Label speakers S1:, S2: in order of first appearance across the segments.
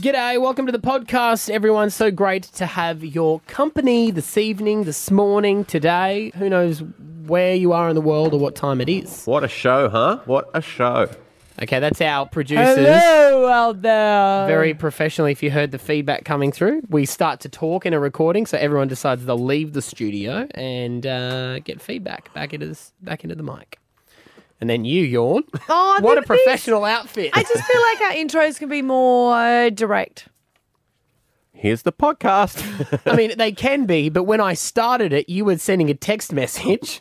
S1: G'day, welcome to the podcast, everyone. So great to have your company this evening, this morning, today. Who knows where you are in the world or what time it is.
S2: What a show, huh? What a show.
S1: Okay, that's our producers.
S3: Hello out there.
S1: Very professionally, if you heard the feedback coming through, we start to talk in a recording, so everyone decides they'll leave the studio and uh, get feedback back into this, back into the mic. And then you yawn.
S3: Oh,
S1: what a
S3: the things-
S1: professional outfit!
S3: I just feel like our intros can be more uh, direct.
S2: Here's the podcast.
S1: I mean, they can be, but when I started it, you were sending a text message,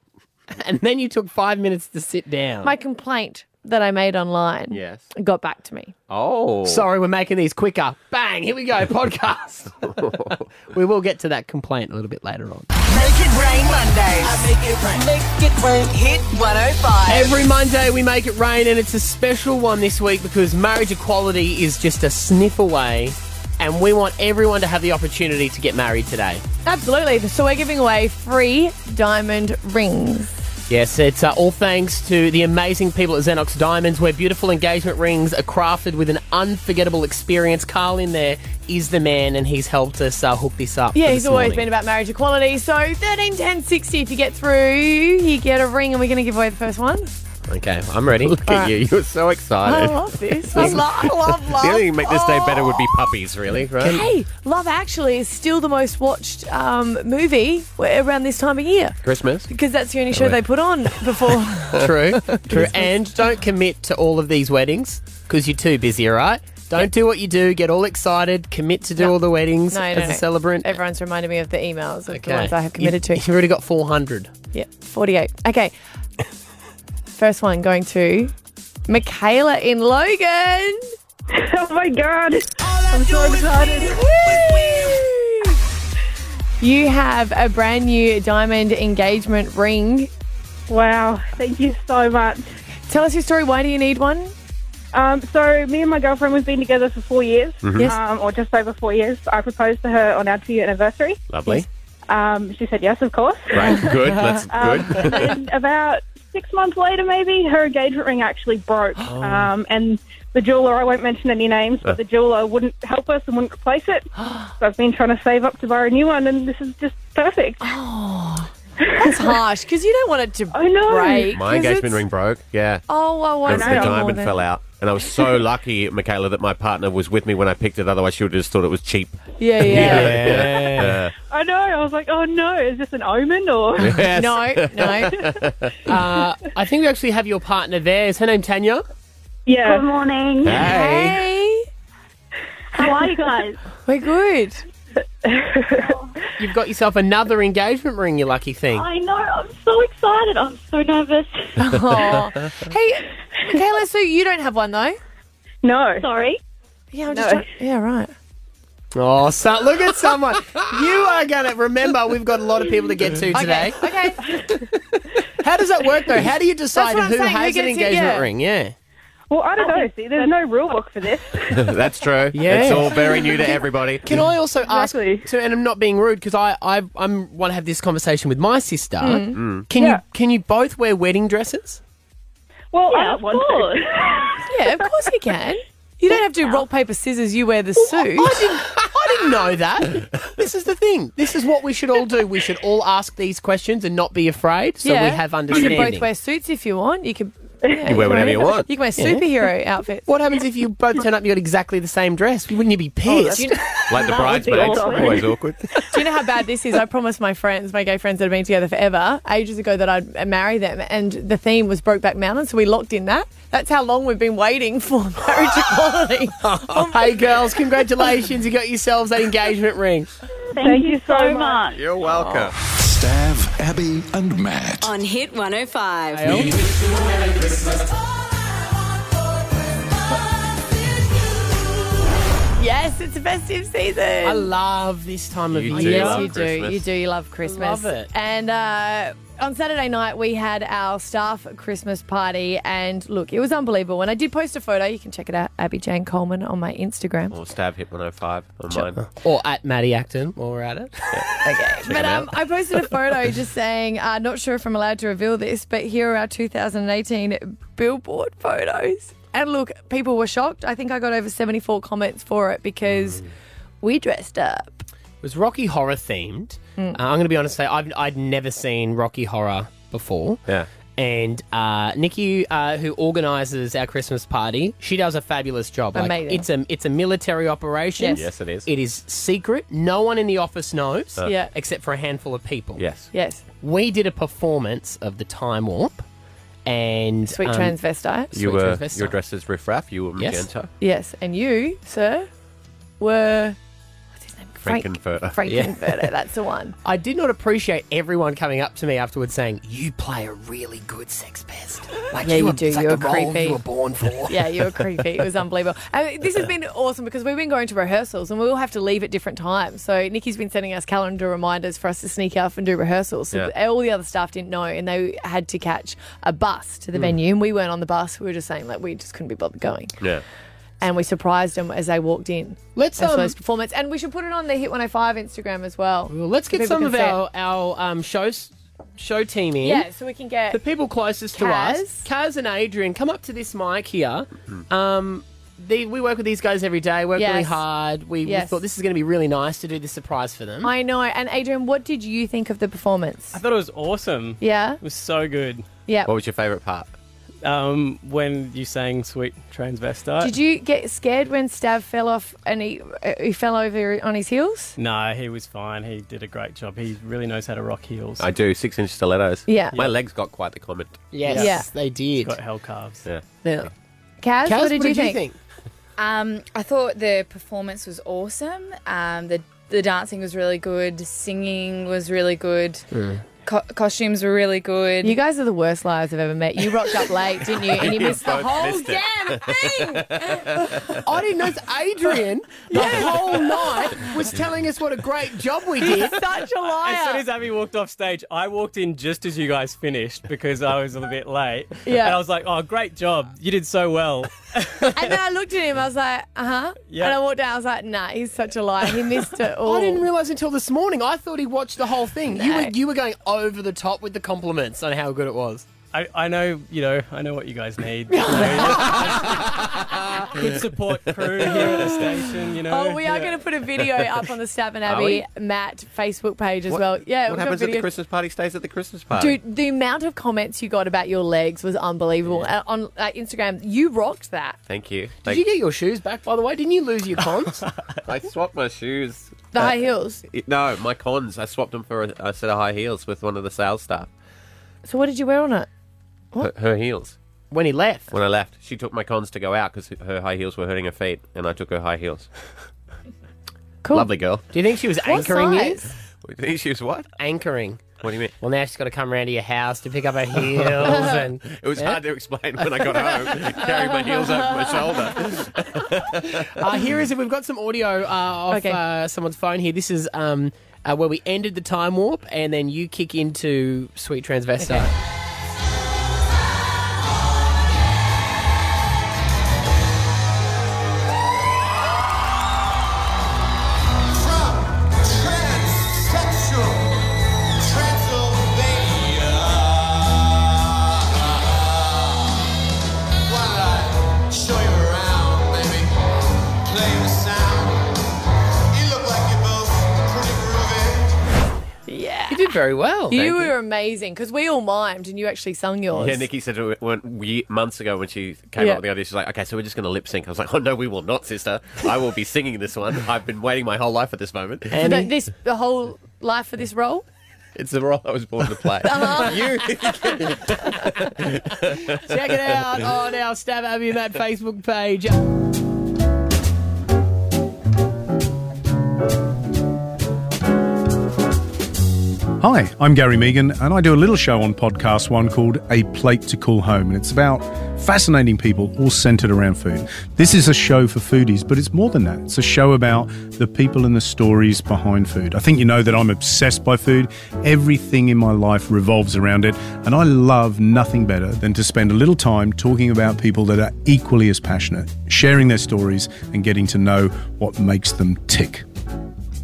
S1: and then you took five minutes to sit down.
S3: My complaint that I made online
S2: Yes.
S3: got back to me.
S2: Oh.
S1: Sorry, we're making these quicker. Bang! Here we go, podcast. we will get to that complaint a little bit later on.
S4: Make it rain Mondays. make it rain. Make it rain. Hit 105.
S1: Every Monday we make it rain, and it's a special one this week because marriage equality is just a sniff away, and we want everyone to have the opportunity to get married today.
S3: Absolutely. So we're giving away free diamond rings.
S1: Yes, it's uh, all thanks to the amazing people at Xenox Diamonds, where beautiful engagement rings are crafted with an unforgettable experience. Carl in there is the man, and he's helped us uh, hook this up.
S3: Yeah,
S1: for
S3: he's
S1: this
S3: always
S1: morning.
S3: been about marriage equality. So 13, 10, 60, if you get through, you get a ring and we're going to give away the first one.
S1: Okay, I'm ready.
S2: Look at you. You're so
S3: I
S2: excited.
S3: love this. I love, I love,
S2: The only thing that
S3: love.
S2: make this day better would be puppies, really, right?
S3: Hey, Love Actually is still the most watched um, movie around this time of year
S2: Christmas.
S3: because that's the only show they put on before.
S1: True, true. And don't commit to all of these weddings because you're too busy, all right? Don't do what you do. Get all excited. Commit to do all the weddings
S3: No,
S1: as
S3: no,
S1: a
S3: no.
S1: celebrant.
S3: Everyone's reminded me of the emails of the ones I have committed
S1: You've-
S3: to.
S1: You've already got 400.
S3: Yeah, 48. Okay. First one going to Michaela in Logan.
S5: Oh my god.
S4: I'm so excited.
S3: You have a brand new diamond engagement ring.
S5: Wow. Thank you so much.
S3: Tell us your story. Why do you need one?
S5: Um, so, me and my girlfriend, we've been together for four years,
S3: Mm-hmm. Yes.
S5: um, or just over four years. I proposed to her on our two year anniversary.
S2: Lovely.
S5: Um, she said yes, of course. Um,
S2: Right. Good. That's good.
S5: and about six months later, maybe, her engagement ring actually broke.
S3: Oh.
S5: Um, and the jeweler, I won't mention any names,
S3: Uh.
S5: but the jeweler wouldn't help us and wouldn't replace it. so, I've been trying to save up to buy a new one, and this is just perfect.
S3: It's Oh, harsh because you don't want it to
S5: I know.
S2: My
S3: break. 'cause
S2: engagement
S3: it's-
S2: ring broke. Yeah.
S3: Oh, I
S2: The,
S3: want
S2: the
S3: it more
S2: diamond
S3: than-
S2: fell out. And I was so lucky, Michaela, that my partner was with me when I picked it. Otherwise, she would have just thought it was cheap.
S3: Yeah, yeah.
S2: Yeah.
S5: I know. I was like, oh no, is this an omen or.
S2: Yes.
S3: No, no.
S1: Uh, I think we actually have your partner there. Is her name Tanya?
S5: Yeah.
S6: Good morning.
S2: Hey.
S3: Hey,
S6: How are you guys?
S3: we're good.
S1: You've got yourself another engagement ring, you lucky thing.
S6: I know. I'm so excited. I'm so nervous.
S3: Oh. hey, Michaela, so you don't have one though?
S5: No.
S6: Sorry.
S3: Yeah, I'm just
S5: No.
S3: trying- yeah, right.
S1: Oh, so, look at someone. you are going to remember we've got a lot of people to get to today.
S3: Okay.
S1: How does that work, though? How do you decide
S3: That's what I'm
S1: who
S3: saying. Who
S1: has an
S3: gets it?
S1: engagement
S3: Yeah.
S1: ring? Yeah.
S5: Well, I
S3: Oh.
S5: don't know. See, there's no rule book for this.
S2: That's true.
S1: Yeah.
S2: It's all very new to everybody.
S1: Can I also ask?
S5: Exactly.
S1: So, and I'm not being rude because I I I'm, want to have this conversation with my sister.
S2: Mm.
S1: Can
S5: Yeah.
S1: you can you both wear wedding dresses?
S5: Well, I
S6: Oh, Yeah,
S5: don't
S6: of
S5: want
S6: course.
S3: Yeah, of course you can. You don't have to rock, paper, scissors. You wear the suit.
S1: I didn't I didn't know that. This is the thing. This is what we should all do. We should all ask these questions and not be afraid, so we have understanding.
S3: You can both wear suits if you want. You can, yeah,
S2: You wear whatever you want.
S3: You can wear superhero outfits.
S1: what happens if you both turn up and you got exactly the same dress? Wouldn't you be
S3: Oh,
S1: pissed?
S2: Like the bridesmaids.
S5: awesome.
S2: Always awkward.
S3: Do you know how bad this is? I promised my friends, my gay friends that have been together forever, ages ago, that I'd uh, marry them. And the theme was Brokeback Mountain, so we locked in that. That's how long we've been waiting for marriage equality.
S1: hey girls, congratulations! You got yourselves that engagement ring.
S6: Thank, you, so much.
S2: You're welcome.
S7: Stav, Abby, and Matt.
S8: on Hit 105.
S3: yes, it's a festive season.
S1: I love this time of
S2: You do
S1: year.
S3: yes,
S2: love
S3: you do.
S2: Christmas.
S3: You do. You love Christmas.
S1: Love it.
S3: And uh, on Saturday night, we had our staff Christmas party, and look, it was unbelievable. And I did post a photo. You can check it out, Abby Jane Coleman, on my Instagram.
S2: Or stab hit 105 on mine.
S1: Or at Maddie Acton while we're at it.
S3: But um, I posted a photo just saying, uh, not sure if I'm allowed to reveal this, but here are our 2018 Billboard photos. And look, people were shocked. I think I got over 74 comments for it because
S2: Mm.
S3: we dressed up.
S1: It was Rocky Horror themed.
S3: Hmm.
S1: Uh, I'm going to be honest, say I've I'd never seen Rocky Horror before.
S2: Yeah.
S1: And uh, Nikki, uh, who organises our Christmas party, she does a fabulous job.
S3: Amazing.
S1: It's a it's a military operation.
S3: Yes. Yes,
S2: it is. Uh.
S1: It is secret. No one in the office knows.
S3: Yeah.
S1: Except for a handful of people.
S2: Yes.
S3: Yes.
S1: We did a performance of the Time Warp, and
S3: Sweet
S1: um,
S3: transvestite.
S2: You
S1: Sweet
S2: were
S1: transvestite.
S2: your dress is riff raff. You were
S1: Yes.
S2: magenta,
S3: Yes. And you, sir, were. What's his name?
S2: Frankenfurter.
S3: Frankenfurter. That's the one.
S1: I did not appreciate everyone coming up to me afterwards saying, "You play a really good sex pest." Like
S3: Yeah, you
S1: were-
S3: do.
S1: It's like
S3: You're
S1: the role
S3: creepy.
S1: you were born for.
S3: Yeah, you were creepy. It was unbelievable. And this has been awesome because we've been going to rehearsals and we all have to leave at different times. So Nikki's been sending us calendar reminders for us to sneak off and do rehearsals. So
S2: Yeah.
S3: all the other staff didn't know and they had to catch a bus to the venue and we weren't on the bus. We were just saying like we just couldn't be bothered going.
S2: Yeah.
S3: And we surprised them as they walked in.
S1: Let's,
S3: as
S1: um,
S3: for this performance. And we should put it on the Hit 105 Instagram as well.
S1: Well, let's
S3: so
S1: get
S3: people
S1: some
S3: can
S1: of
S3: see it.
S1: our our um, shows show team in.
S3: Yeah, so we can get
S1: The people closest to us, Kaz and Adrian, come up to this mic here. Um, they, we work with these guys every day. Work really
S3: Yes.
S1: hard. We, we
S3: Yes.
S1: thought this is going to be really nice to do this surprise for them.
S3: I know. And Adrian, what did you think of the performance?
S8: I thought it was awesome.
S3: Yeah.
S8: It was so good.
S3: Yeah.
S2: What was your favourite part?
S8: Um, when you sang "Sweet Transvestite,"
S3: Did you get scared when Stav fell off and he uh, he fell over on his heels?
S8: No, he was fine. He did a great job. He really knows how to rock heels.
S2: I do six inch stilettos.
S3: Yeah.
S2: My legs got quite the comment.
S1: yes,
S3: Yeah.
S1: they did.
S8: Got hell calves.
S2: Yeah.
S1: Now,
S3: Kaz,
S1: Kaz,
S3: what did, you, think?
S9: Um, I thought the performance was awesome. Um, the the dancing was really good. Singing was really good. Co- costumes were really good.
S3: You guys are the worst liars I've ever met. You rocked up late, didn't you? And you missed the whole damn thing.
S1: I didn't know Adrian the whole night was telling us what a great job we did.
S3: Such a
S8: As soon
S3: liar.
S8: as Abby walked off stage, I walked in just as you guys finished because I was a little bit late.
S3: Yeah.
S8: And I was like, oh, great job. You did so well.
S3: and then I looked at him. I was like, uh huh.
S8: Yeah.
S3: And I walked out. I was like, nah, he's such a liar. He missed it all.
S1: I didn't realise until this morning. I thought he watched the whole thing. You
S3: No.
S1: were you were going over the top with the compliments on how good it was.
S8: I, I know, you know, I know what you guys need. You know. Good support crew here at the station, you know.
S3: Oh, we are going to put a video up on the Stav and Abby Matt Facebook page as well.
S2: What
S3: Yeah, we've got
S2: happens at the
S3: video.
S2: Christmas party stays at the Christmas party.
S3: Dude, the amount of comments you got about your legs was unbelievable. Uh, On uh, Instagram, you rocked that.
S2: Thank you.
S1: Did you get your shoes back, by the way? Didn't you lose your cons?
S2: I swapped my shoes.
S3: The high heels.
S2: It- no, my cons. I swapped them for a, a set of high heels with one of the sales staff.
S3: So what did you wear on it?
S2: Her, her heels.
S1: when he left.
S2: When I left, she took my cons to go out because her high heels were hurting her feet, and I took her high heels.
S3: Cool.
S2: Lovely girl.
S1: Do you think she was anchoring you?
S3: size?
S2: She was what?
S1: Anchoring.
S2: What do you mean?
S1: Well, now she's got to come round to your house to pick up her heels and.
S2: It was hard to explain when I got home, carrying my heels over my shoulder.
S1: Uh, here is it. We've got some audio uh, off
S3: Okay.
S1: uh, someone's phone here. This is um, uh, where we ended the time warp, and then you kick into Sweet Transvestite.
S3: Yeah.
S1: You did very well.
S3: Oh, You were amazing because we all mimed and you actually sung yours.
S2: Yeah, Nikki said it when, ye- months ago when she came
S3: Yeah.
S2: up with the idea, she's like, okay, so we're just going to lip sync. I was like, oh, no, we will not, sister. I will be singing this one. I've been waiting my whole life for this moment.
S1: And
S3: But this the whole life for this role.
S2: It's the role I was born to play.
S3: Uh-huh.
S2: You.
S1: check it out on our Stab Abby and Matt Facebook page.
S10: Hi, I'm Gary Megan, and I do a little show on Podcast One called A Plate to Call Home, and it's about fascinating people all centered around food. This is a show for foodies, but it's more than that. It's a show about the people and the stories behind food. I think you know that I'm obsessed by food. Everything in my life revolves around it, and I love nothing better than to spend a little time talking about people that are equally as passionate, sharing their stories, and getting to know what makes them tick.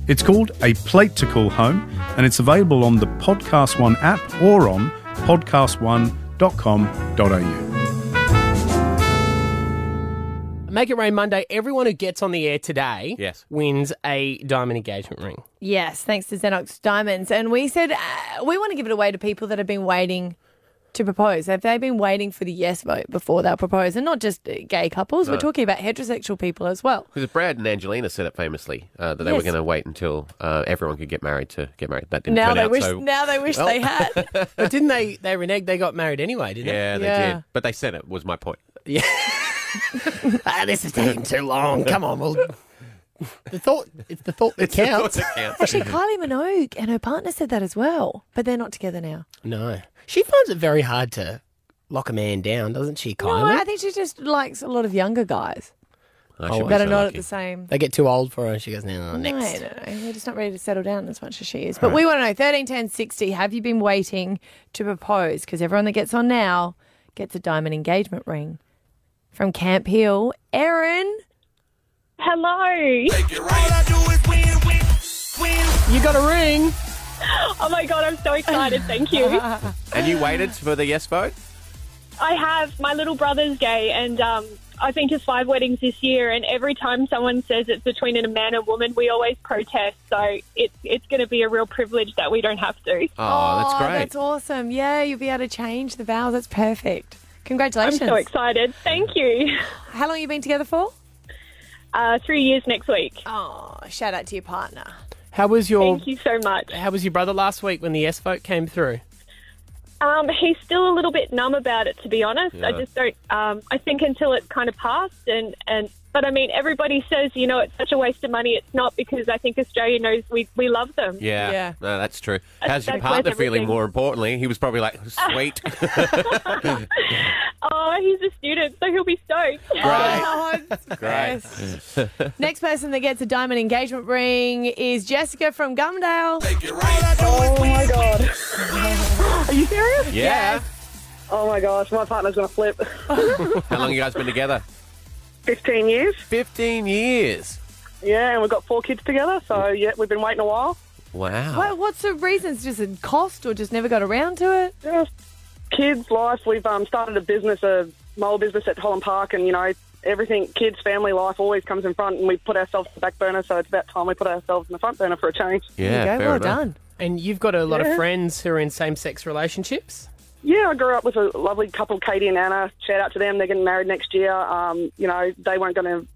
S10: It's called A Plate to Call Home, and it's available on the Podcast One app or on podcastone.com.au.
S1: Make it rain Monday. Everyone who gets on the air today yes. wins a diamond engagement ring.
S3: Yes, thanks to Xenox Diamonds. And we said uh, we want to give it away to people that have been waiting to propose. Have they been waiting for the yes vote before they'll propose? And not just uh, gay couples,
S2: No.
S3: we're talking about heterosexual people as well.
S2: Because Brad and Angelina said it famously uh, that they were
S3: Yes.
S2: going to wait until uh, everyone could get married to get married. That didn't
S3: Now
S2: turn
S3: they
S2: out,
S3: wish
S2: so-
S3: now they wish
S2: Well.
S3: they had.
S1: but didn't they? They reneged. They got married anyway, didn't
S2: yeah,
S1: they?
S2: they did. But they said it was my point.
S1: Yeah. ah, this is taking too long. Come on, we'll. The thought, it's the thought that
S2: the
S1: counts.
S2: thought that counts.
S3: Actually, Kylie Minogue and her partner said that as well, but they're not together now.
S1: No, she finds it very hard to lock a man down, doesn't she, Kylie?
S3: No, Oh, I think she just likes a lot of younger guys
S1: should
S3: that
S1: be
S3: are
S1: so
S3: not at
S1: lucky.
S3: the same.
S1: They get too old for her. She goes, no, no, no Uh, next.
S3: No, no, no. They're just not ready to settle down as much as she is. But we want to know 13, 10, 60, have you been waiting to propose? Because everyone that gets on now gets a diamond engagement ring from Camp Hill. Erin.
S6: Hello.
S1: You got a ring.
S6: Oh my god, I'm so excited. Thank you.
S2: And you waited for the yes vote?
S6: I have my little brother's gay, and um, I've been to five weddings this year. And every time someone says it's between a man and woman, we always protest. So it's it's going to be a real privilege that we don't have to.
S3: Oh, That's awesome. Yeah, you'll be able to change the vows. That's perfect. Congratulations.
S6: I'm so excited. Thank you.
S3: How long have you been together for?
S6: Uh, three years next week.
S3: Oh, shout out to your partner.
S1: How was your? Thank
S6: you so much.
S1: How was your brother last week when the yes vote came through?
S6: Um, he's still a little bit numb about it, to be honest. I
S1: Yeah.
S6: just don't. Um, I think until it kind of passed, and and but I mean, everybody says you know it's such a waste of money. It's not because I think Australia knows we we love them.
S2: Yeah. No, that's true. How's your
S6: that's
S2: partner
S6: worth
S2: feeling,
S6: everything.
S2: more importantly? He was probably like, sweet.
S6: Oh, he's a student, so he'll be stoked.
S2: Great.
S3: Next person that gets a diamond engagement ring is Jessica from Gumdale.
S11: Oh my god. Are you serious?
S2: Yeah.
S11: Oh my gosh, my partner's gonna flip.
S2: How long you guys been together?
S11: 15 years.
S2: 15 years.
S11: Yeah, and we've got four kids together, so yeah, we've been waiting a while.
S2: Wow.
S3: What, what's the reasons? Just in cost or just never got around to it?
S11: Just kids, life, we've um, started a business, a mole business at Holland Park, and you know, everything, kids, family, life always comes in front, and we put ourselves in the back burner, so it's about time we put ourselves in the front burner for a change.
S1: And you've got a lot of
S11: Yeah.
S1: friends who are in same-sex relationships.
S11: Yeah, I grew up with a lovely couple, Katie and Anna. Shout out to them. They're getting married next year. Um, you know, they weren't going to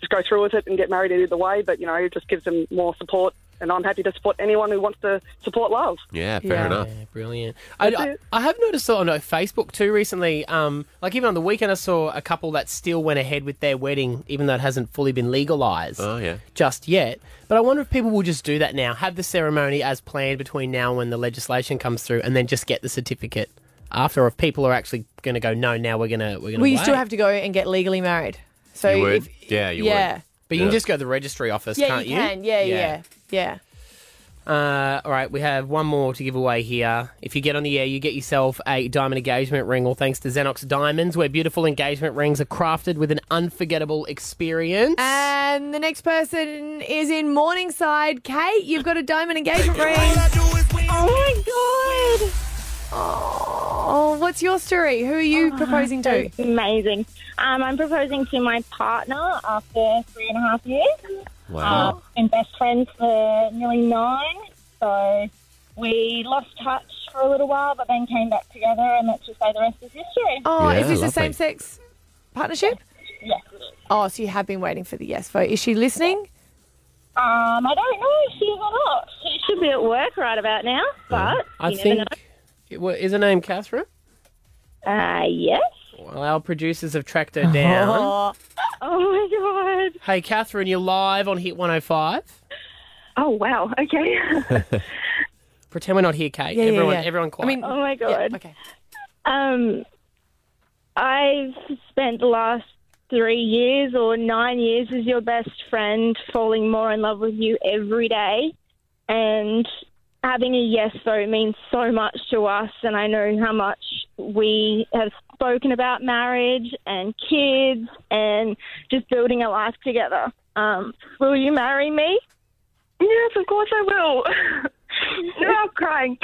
S11: just go through with it and get married either way, but, you know, it just gives them more support. And I'm happy to support anyone who wants to support love.
S2: Yeah, fair
S1: Yeah.
S2: enough.
S1: brilliant. I, I, I have noticed on uh, Facebook too recently, um, like even on the weekend, I saw a couple that still went ahead with their wedding, even though it hasn't fully been legalised
S2: Oh, yeah.
S1: just yet. But I wonder if people will just do that now, have the ceremony as planned between now and when the legislation comes through, and then just get the certificate after. Or if people are actually going to go, no, now we're going to we're going
S3: Well, you still have to go and get legally married. So if
S2: yeah,
S3: you yeah. would.
S1: But you
S3: Yeah.
S1: can just go to the registry office,
S3: yeah,
S1: can't
S3: you can. Yeah, yeah, yeah.
S1: Uh, all right, we have one more to give away here. If you get on the air, you get yourself a diamond engagement ring, all thanks to Xenox Diamonds, where beautiful engagement rings are crafted with an unforgettable experience.
S3: And the next person is in Morningside. Kate, you've got a diamond engagement ring. Oh my god! Oh, what's your story? Who are you proposing to?
S6: Oh, Amazing. Um, I'm proposing to my partner after three and a half years.
S2: Wow.
S3: Oh.
S6: Uh, been best friends for nearly nine. So we lost touch for a little while, but then came back together, and let's just say the rest is history.
S3: Oh, is this a same sex partnership?
S6: Yes.
S3: Oh, so you have been waiting for the yes vote. Is she listening?
S6: Um, I don't know if she is or not. She should be at work right about now, but
S1: I
S6: you never
S1: think.
S6: know.
S1: It wa- Is her name Catherine?
S6: Uh, yes.
S1: Well, our producers have tracked her down.
S6: oh my god.
S1: Hey, Catherine, you're live on Hit 105.
S6: Oh, wow. Okay.
S1: Pretend we're not here, Kate.
S6: Yeah, yeah,
S1: everyone,
S6: yeah.
S1: everyone quiet.
S6: oh my god. okay. Um, I've spent the last three years or nine years as your best friend, falling more in love with you every day, and having a yes vote means so much to us. And I know how much we have spoken about marriage and kids and just building a life together. Um, will you marry me?
S11: Yes, of course I will. no, I'm crying.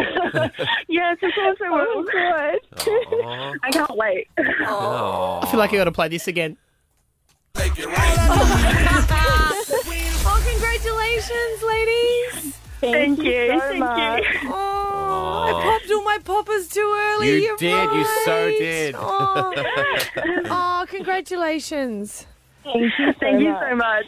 S11: yes, of course I will.
S6: Oh,
S11: I can't wait.
S1: I feel like you got to play this again.
S3: well, Oh, congratulations, ladies.
S6: Thank Thank you you so
S3: Thank
S6: much.
S3: you. Oh, I popped all my poppers too early.
S2: You
S3: You're
S2: did. You so
S3: right.
S2: did.
S3: Oh. Oh, congratulations.
S6: Thank you so Thank you so much.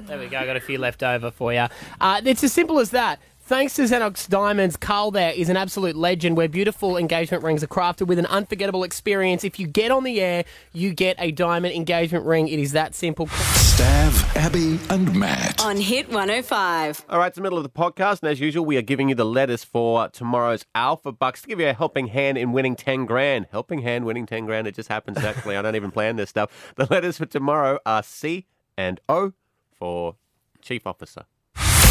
S1: There we go. I got a few left over for you. Uh, it's as simple as that. Thanks to Xenox Diamonds, Carl there is an absolute legend where beautiful engagement rings are crafted with an unforgettable experience. If you get on the air, you get a diamond engagement ring. It is that simple.
S7: Stav, Abby, and Matt.
S4: On Hit 105.
S2: All right, it's the middle of the podcast, and as usual, we are giving you the letters for tomorrow's Alpha Bucks to give you a helping hand in winning 10 grand. Helping hand winning 10 grand, it just happens naturally. I don't even plan this stuff. The letters for tomorrow are C and O for Chief Officer.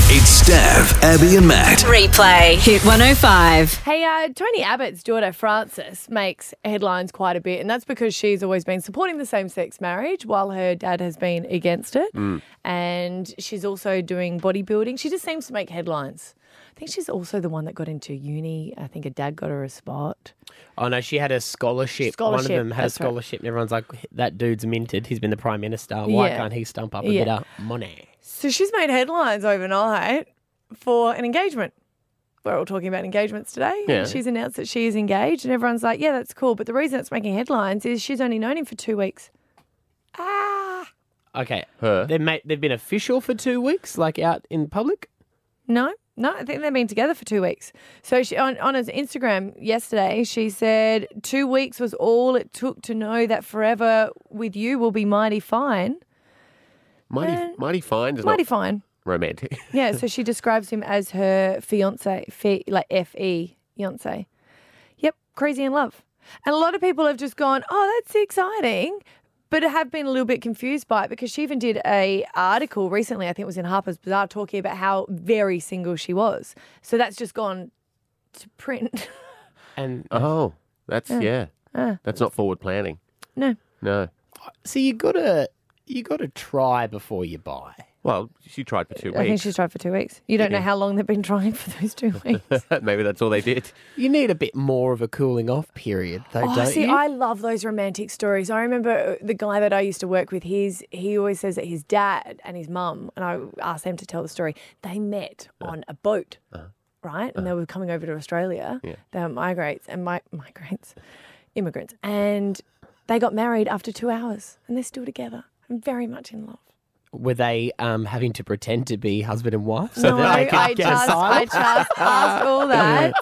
S12: It's Stav, Abby, and Matt.
S4: Replay. Hit 105.
S3: Hey, uh, Tony Abbott's daughter Frances makes headlines quite a bit, and that's because she's always been supporting the same sex marriage while her dad has been against it. And she's also doing bodybuilding. She just seems to make headlines. I think she's also the one that got into uni. I think her dad got her a spot.
S1: Oh no, she had a scholarship. One of
S3: Scholarship,
S1: them had a
S3: that's right.
S1: scholarship, and everyone's like, "That dude's minted. He's been the prime minister. Why
S3: Yeah.
S1: can't he stump up a
S3: Yeah.
S1: bit of money?"
S3: So she's made headlines overnight for an engagement. We're all talking about engagements today.
S1: Yeah.
S3: She's announced that she is engaged, and everyone's like, yeah, that's cool. But the reason it's making headlines is she's only known him for two weeks.
S1: Okay, her. They mate, they've been official for two weeks, like out in public.
S3: No, no, I think they've been together for two weeks. So she on, on his Instagram yesterday, she said, Two weeks was all it took to know that forever with you will be mighty fine.
S2: Mighty,
S3: Uh,
S2: mighty fine. Is
S3: mighty
S2: not
S3: fine.
S2: Romantic.
S3: Yeah, so she describes him as her fiance, fi- like F E, fiance. Yep, crazy in love. And a lot of people have just gone, oh, that's exciting, but have been a little bit confused by it because she even did a article recently, I think it was in Harper's Bazaar, talking about how very single she was. So that's just gone to print.
S1: And
S2: oh, that's
S3: Yeah.
S2: yeah,
S3: Uh.
S2: that's not forward planning.
S3: no.
S2: No.
S1: So you gotta, you gotta try before you buy.
S2: Well, she tried for two
S3: I think
S2: weeks.
S3: she's tried for two weeks. You don't know
S1: Yeah.
S3: how long they've been trying for those two weeks.
S2: Maybe that's all they did.
S1: You need a bit more of a cooling off period, though,
S3: Oh,
S1: don't
S3: see,
S1: you?
S3: I love those romantic stories. I remember uh, the guy that I used to work with. He's he always says that his dad and his mum, and I asked them to tell the story. They met on a boat,
S1: Uh-huh.
S3: right? And they were coming over to Australia.
S4: Yeah.
S3: They were migrants and mi- migrants, immigrants, and they got married after two hours, and they're still together. I'm very much in love.
S1: Were they um, having to pretend to be husband and wife so
S3: no,
S1: that they
S3: I,
S1: could
S3: I
S1: get
S3: just, I
S1: asylum?
S3: just asked all that.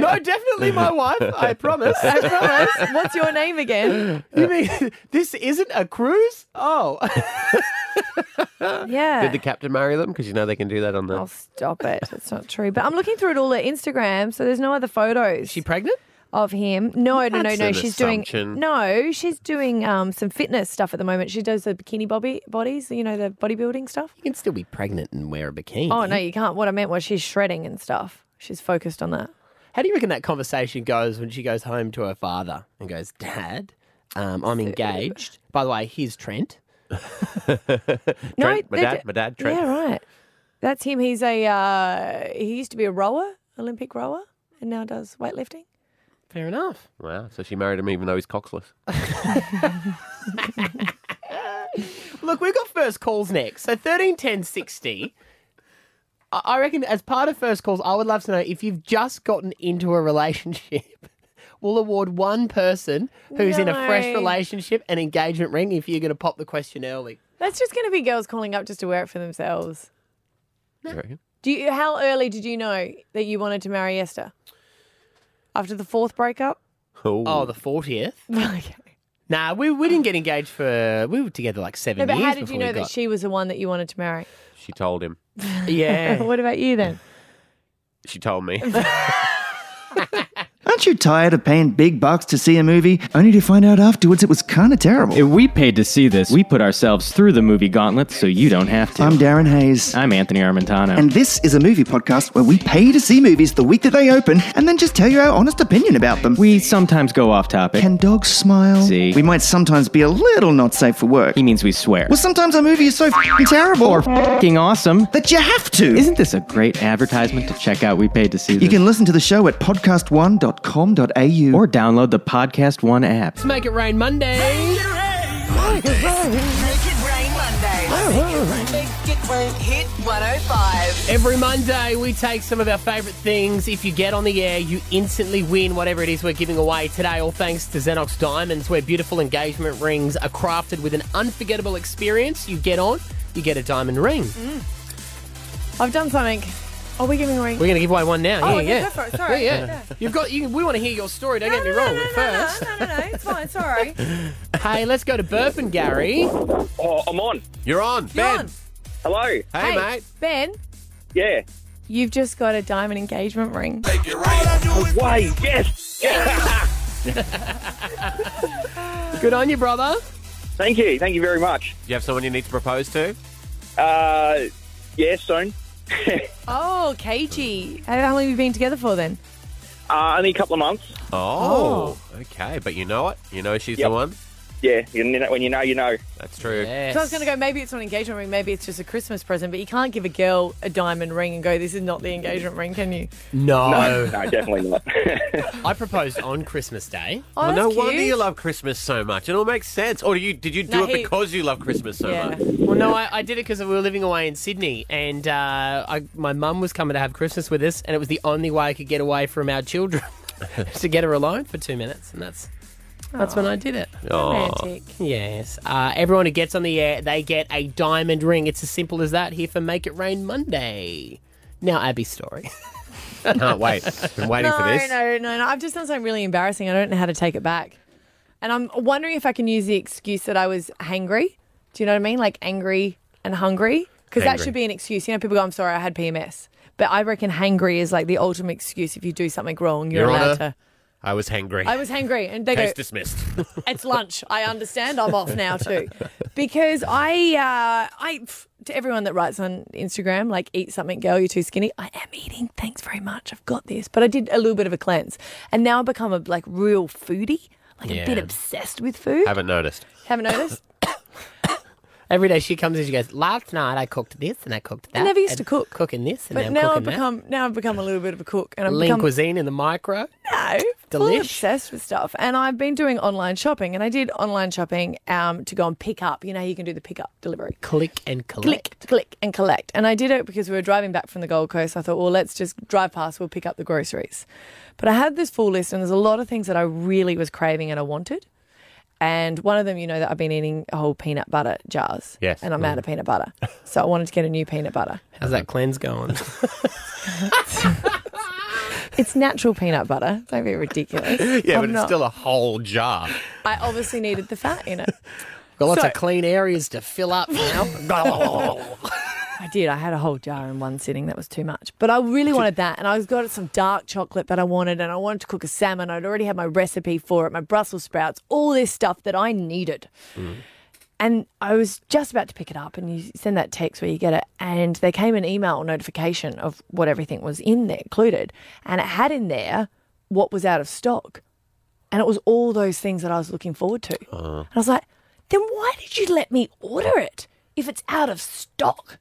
S1: no, definitely my wife. I promise.
S3: I promise. What's your name again?
S1: You mean this isn't a cruise? Oh,
S3: Yeah.
S2: Did the captain marry them? Because you know they can do that on the.
S3: Stop it. That's not true. But I'm looking through it all at Instagram, so there's no other photos. She
S1: pregnant?
S3: Of him. No, no,
S2: That's
S3: no, no.
S2: an
S3: She's
S2: assumption.
S3: doing no, she's doing um some fitness stuff at the moment. She does the bikini bobby bodies, you know, the bodybuilding stuff.
S1: you can still be pregnant and wear a bikini.
S3: Oh no, you can't. What I meant was she's shredding and stuff. She's focused on that.
S1: How do you reckon that conversation goes when she goes home to her father and goes, Dad, um, I'm engaged. By the way, here's Trent.
S2: Trent, my
S3: they're
S2: dad,
S3: ju-
S2: my dad, Trent.
S3: Yeah, right. That's him. He's a uh he used to be a rower, Olympic rower, and now does weightlifting.
S1: Fair enough.
S2: Wow. So she married him even though he's coxless.
S1: Look, we've got first calls next. So 13, 10, 60. I- I reckon as part of first calls, I would love to know if you've just gotten into a relationship. We'll award one person who's in a fresh
S3: No.
S1: relationship an engagement ring if you're going to pop the question early.
S3: That's just gonna be girls calling up just to wear it for themselves.
S2: You reckon?
S3: Do you, how early did you know that you wanted to marry Esther? After the fourth breakup?
S1: Oh, the 40th?
S3: Okay.
S1: Nah, we, we didn't get engaged for. We were together like
S3: No,
S1: seven
S3: but
S1: years.
S3: how did you
S1: before we
S3: know that
S1: got-
S3: she was the one that you wanted to marry?
S2: She told him.
S1: Yeah. Mm.
S3: what about you then?
S2: She told me.
S13: Aren't you tired of paying big bucks to see a movie only to find out afterwards it was kind of terrible?
S14: If we paid to see this, we put ourselves through the movie gauntlet so you don't have to. I'm
S13: Darren Hayes.
S14: I'm Anthony Armentano.
S13: And this is a movie podcast where we pay to see movies the week that they open and then just tell you our honest opinion about them.
S14: we sometimes go off topic.
S13: Can dogs smile?
S14: See?
S13: We might sometimes be a little not safe for work. He
S14: means we swear.
S13: Well, sometimes a movie is so fing terrible
S14: or fucking awesome
S13: that you have to.
S14: Isn't this a great advertisement to check out? We paid to see this.
S13: You can listen to the show at podcast1.com.au
S14: or download the Podcast One app.
S1: Let's make it rain Monday.
S4: Make it rain Mondays. Make it rain. Hit 105.
S1: Every Monday, we take some of our favourite things. If you get on the air, you instantly win whatever it is we're giving away today. All thanks to Xenox Diamonds, where beautiful engagement rings are crafted with an unforgettable experience. You get on, you get a diamond ring.
S3: I've done something. Are we giving a ring?
S1: We're going to give away one now. yeah,
S3: Oh, okay,
S1: yeah.
S3: go for it. Sorry.
S1: Yeah, yeah. You've got. You, we want to hear your story. Don't get me wrong. but first,
S3: No, no, no, it's fine. Sorry.
S1: hey, let's go to Burpin, Gary.
S15: Oh, I'm on.
S2: You're on.
S3: Ben.
S15: Hello. Hey,
S3: Ben,
S15: Yeah.
S3: you've just got a diamond engagement ring.
S15: Wait, yes.
S1: Good on you, brother.
S15: Thank you. Thank you very much.
S2: Do you have someone you need to propose to?
S15: Uh, yeah, soon.
S3: Oh, Keiichi. How long have you been together for then?
S15: Uh, only a couple of months.
S2: Oh, okay. But you know it. You know she's the one.
S15: Yeah, you know, when you know, you know.
S2: That's true.
S3: So I was going to go, maybe it's not an engagement ring, maybe it's just a Christmas present, but you can't give a girl a diamond ring and go, this is not the engagement ring, can you?
S1: No.
S2: No,
S15: no, definitely not.
S1: I proposed on Christmas Day.
S3: Oh,
S2: well, no
S3: that's
S2: wonder
S3: cute.
S2: you love Christmas so much. It all makes sense. Or do you did you do
S1: No,
S2: it
S1: he-
S2: because you love Christmas so
S1: Yeah.
S2: much?
S1: Well, no, I, I did it because we were living away in Sydney, and uh, I, my mum was coming to have Christmas with us, and it was the only way I could get away from our children was to get her alone for two minutes, and that's that's when I did it.
S3: Romantic.
S1: Yes. Uh, everyone who gets on the air, they get a diamond ring. It's as simple as that. Here for Make It Rain Monday. Now, Abby's story.
S2: Can't wait. Been waiting
S3: no,
S2: for this.
S3: No, no, no. I've just done something really embarrassing. I don't know how to take it back. And I'm wondering if I can use the excuse that I was hangry. Do you know what I mean? Like angry and hungry? Because that
S16: Hangry.
S3: should be an excuse. You know, people go, I'm sorry, I had PMS. But I reckon hangry is like the ultimate excuse if you do something wrong. You're
S2: Your
S3: allowed
S2: Honor,
S3: to.
S2: I was hangry.
S3: I was hangry. And they
S2: Case
S3: go,
S2: dismissed.
S3: it's lunch. I understand. I'm off now too, because I, uh, I pff, to everyone that writes on Instagram, like eat something, girl, you're too skinny. I am eating. Thanks very much. I've got this, but I did a little bit of a cleanse, and now I've become a like real foodie, like a bit
S1: Yeah.
S3: obsessed with food.
S2: Haven't noticed.
S3: Haven't noticed.
S1: Every day she comes in, she goes, Last night I cooked this and I cooked that.
S3: I never used
S1: and
S3: to cook.
S1: Cooking this and
S3: But
S1: now,
S3: now
S1: I'm cooking
S3: I've
S1: that.
S3: become now I've become a little bit of a cook, and I've
S1: Lean
S3: become
S1: cuisine in the micro.
S3: no,
S1: Delish.
S3: fully obsessed with stuff. And I've been doing online shopping, and I did online shopping um, to go and pick up. You know, how you can do the pick up delivery.
S1: Click and collect.
S3: Click, click, and collect. And I did it because we were driving back from the Gold Coast. I thought, well, let's just drive past, we'll pick up the groceries. But I had this full list, and there's a lot of things that I really was craving and I wanted. And one of them, you know, that I've been eating whole peanut butter jars.
S1: Yes.
S3: And I'm
S1: Mm.
S3: out of peanut butter. So I wanted to get a new peanut butter.
S1: How's that cleanse going?
S3: It's natural peanut butter. Don't be ridiculous.
S2: yeah, but
S3: I'm
S2: it's
S3: not-
S2: still a whole jar.
S3: I obviously needed the fat in it.
S1: Got lots
S3: So-
S1: of clean areas to fill up now.
S3: I did. I had a whole jar in one sitting. That was too much. But I really wanted that. And I was got some dark chocolate that I wanted. And I wanted to cook a salmon. I'd already had my recipe for it, my Brussels sprouts, all this stuff that I needed. And I was just about to pick it up. And you send that text where you get it. And there came an email notification of what everything was in there, included. And it had in there what was out of stock. And it was all those things that I was looking forward to. And I was like, then why did you let me order it if it's out of stock?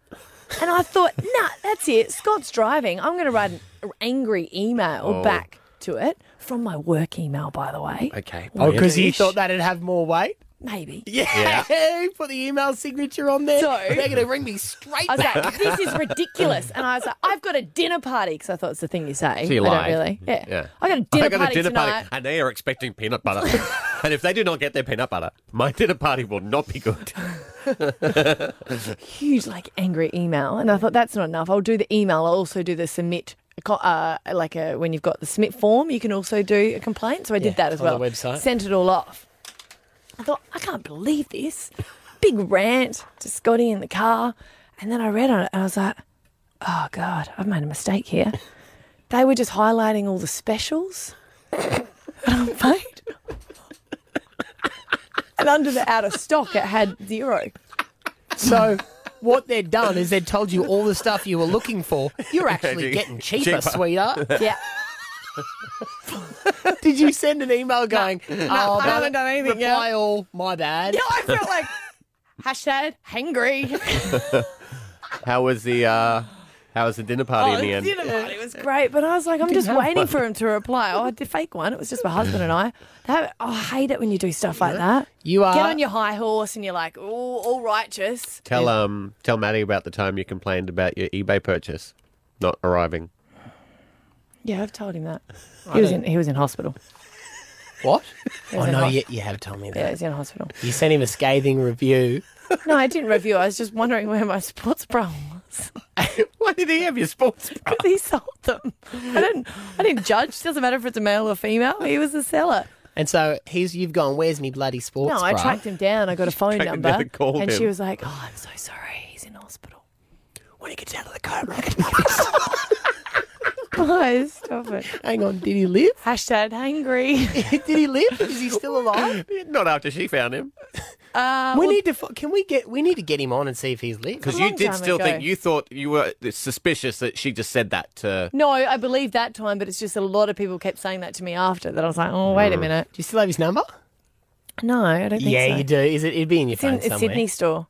S3: And I thought, nah, that's it. Scott's driving. I'm going to write an angry email
S1: Oh.
S3: back to it from my work email, by the way.
S2: Okay.
S1: oh, because you thought that'd have more weight?
S3: Maybe.
S1: Yeah. Put the email signature on there.
S3: So-
S1: They're going to ring me straight
S3: I was
S1: back.
S3: like, this is ridiculous. And I was like, I've got a dinner party because I thought it's the thing you say.
S2: So you
S3: I
S2: lied.
S3: don't really. Yeah.
S2: Yeah.
S3: I got a dinner
S2: I got
S3: party
S2: a dinner
S3: tonight.
S2: party, and they are expecting peanut butter. and if they do not get their peanut butter, my dinner party will not be good.
S3: huge like angry email and i thought that's not enough i'll do the email i'll also do the submit uh, like a, when you've got the submit form you can also do a complaint so i did
S1: Yeah,
S3: that as
S1: on the
S3: well
S1: website.
S3: sent it all off i thought i can't believe this big rant to scotty in the car and then i read on it and i was like oh god i've made a mistake here they were just highlighting all the specials and i'm paid and under the out of stock it had zero
S1: so what they'd done is they'd told you all the stuff you were looking for. You're actually getting cheaper,
S2: Cheaper.
S1: sweetheart.
S3: Yeah.
S1: Did you send an email going,
S3: No,
S1: oh,
S3: I haven't done anything yet."
S1: Reply all, my bad.
S3: Yeah, I felt like hashtag hangry.
S2: How was the uh, How was the dinner
S3: Oh,
S2: party in the end?
S3: It was great, but I was like, I'm
S2: didn't
S3: just
S2: have
S3: waiting
S2: one.
S3: for him to reply. Oh, I did fake one. It was just my husband and I. That, oh, I hate it when you do stuff like that.
S1: You
S3: Get
S2: are-
S3: on your high horse and you're like, oh, all righteous.
S2: Tell um tell Maddie about the time you complained about your eBay purchase not arriving.
S3: Yeah, I've told him that.
S1: I
S3: He was in,
S1: don't-
S3: he was in hospital.
S1: What?
S3: He
S1: Oh
S3: was in
S1: no,
S3: ho-
S1: you, you have told me that.
S3: Yeah, he's in hospital.
S1: You sent him a scathing review.
S3: No, I didn't review. I was just wondering where my sports bra was.
S2: Why did he have your sports bra?
S3: Because he sold them. I didn't. I didn't judge. Doesn't matter if it's a male or female. He was the seller.
S1: And so he's you've gone. Where's me bloody sports
S3: no, I
S1: bra?"
S3: tracked him down. I got a phone
S1: tracked him
S3: number,
S1: down and called
S3: and she
S1: him.
S3: was like, "Oh, I'm so sorry. He's in hospital."
S1: When he gets out of the car,
S3: "Oh, Guys, stop it.
S1: Hang on. Did he live?
S3: Hashtag hangry.
S1: did he live? Is he still alive?
S2: Not after she found him.
S3: Uh,
S1: we need to. fi- Can we get? We need to get him on and see if he's live.
S2: Because you did still think you thought you were suspicious that she just said that to.
S3: No, I believe that time, but it's just a lot of people kept saying that to me after that. I was like, "Oh, wait a
S1: Mm.
S3: minute."
S1: Do you still have his number?
S3: No, I don't think
S1: yeah,
S3: so.
S1: you do. Is it? It'd be in your
S3: It's
S1: phone
S3: in a
S1: somewhere.
S3: Sydney store.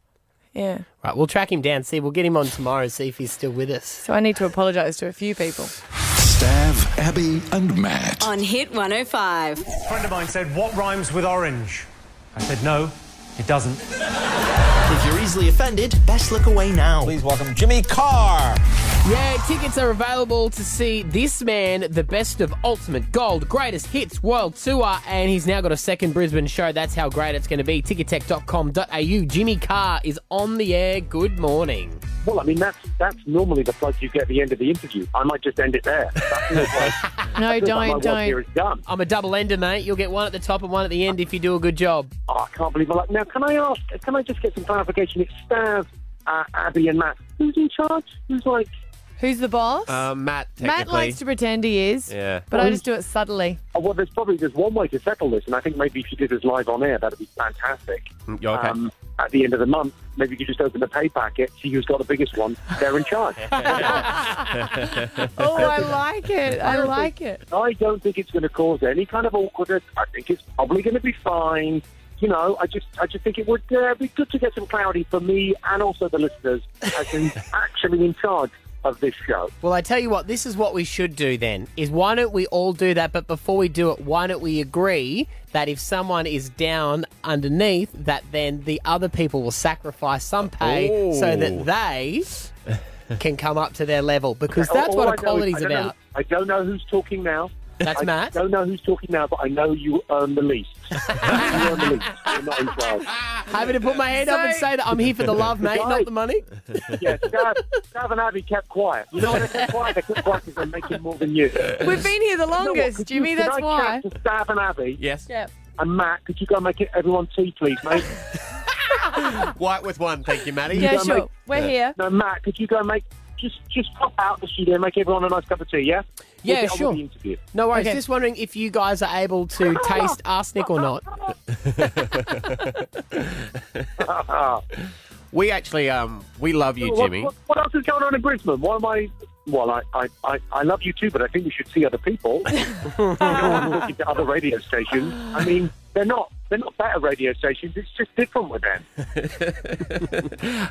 S3: Yeah.
S1: Right, we'll track him down. See, we'll get him on tomorrow. See if he's still with us.
S3: So I need to apologise to a few people.
S7: Stav, Abby, and Matt.
S16: On Hit 105.
S17: A friend of mine said, What rhymes with orange? I said, No, it doesn't.
S18: If you're easily offended, best look away now. Please welcome Jimmy Carr.
S1: Yeah, tickets are available to see this man, the best of Ultimate Gold, Greatest Hits World Tour, and he's now got a second Brisbane show. That's how great it's going to be. Tickettech.com.au. Jimmy Carr is on the air. Good morning.
S19: Well, I mean, that's that's normally the plug you get at the end of the interview. I might just end it there. That feels like-
S1: No,
S19: feels like my
S1: don't,
S19: work
S1: don't.
S19: Here is done.
S1: I'm a double ender, mate. You'll get one at the top and one at the end if you do a good job.
S19: Oh, I can't believe I like. Now, can I ask? Can I just get some clarification? It's Stav, uh, Abby, and Matt. Who's in charge? Who's like?
S3: Who's the boss?
S2: Uh, Matt,
S3: Matt likes to pretend he is,
S2: Yeah.
S3: but I just do it subtly.
S19: Oh, well, there's probably there's one way to settle this, and I think maybe if you did this live on air, that'd be fantastic.
S2: Mm,
S19: Um,
S2: Okay.
S19: at the end of the month, maybe you could just open the pay packet, see who's got the biggest one. They're in charge.
S3: Oh, I like it. I like it.
S19: I don't think it's going to cause any kind of awkwardness. I think it's probably going to be fine. You know, I just, I just think it would uh, be good to get some clarity for me and also the listeners as who's actually in charge of this show.
S1: Well, I tell you what, this is what we should do then, is why don't we all do that, but before we do it, why don't we agree that if someone is down underneath, that then the other people will sacrifice some pay so
S2: Oh.
S1: that they can come up to their level, because
S19: All-
S1: that's
S19: all
S1: what
S19: I know is-
S1: equality's
S19: I don't know-
S1: about.
S19: I don't know who's talking now.
S1: That's
S19: I
S1: Matt.
S19: don't know who's talking now, but I know you earn the least. you earn the least. You're not in charge.
S1: Happy to put my hand up and
S19: So-
S1: say that I'm here for the love, mate, not the money.
S19: yeah, Stav, Stav and Abby kept quiet. You know what? They kept quiet. They kept quiet because they're making more than you.
S3: We've been here the longest,
S19: could you-
S3: Jimmy.
S19: could
S3: That's
S19: I
S3: why.
S19: chat to Stav and Abby.
S2: Yes.
S3: Yep.
S19: And Matt, could you go and make it everyone tea, please, mate?
S2: White with one, thank you, Maddie.
S19: Could you go and make-
S2: Yeah.
S19: No, Matt, could you go and make just just pop out the studio, and make everyone a nice cup of tea, yeah? We'll
S1: Yeah,
S19: get on with
S1: sure.
S19: the interview.
S1: No worries,
S19: Okay.
S1: just wondering if you guys are able to taste arsenic or not.
S2: we actually, um, we love you,
S19: What-
S2: Jimmy.
S19: What, what else is going on in Brisbane? Why am I? Well, I, I, I, I love you too, but I think we should see other people. Go on talking to other radio stations. I mean, they're not they're not better radio stations. It's just different with them.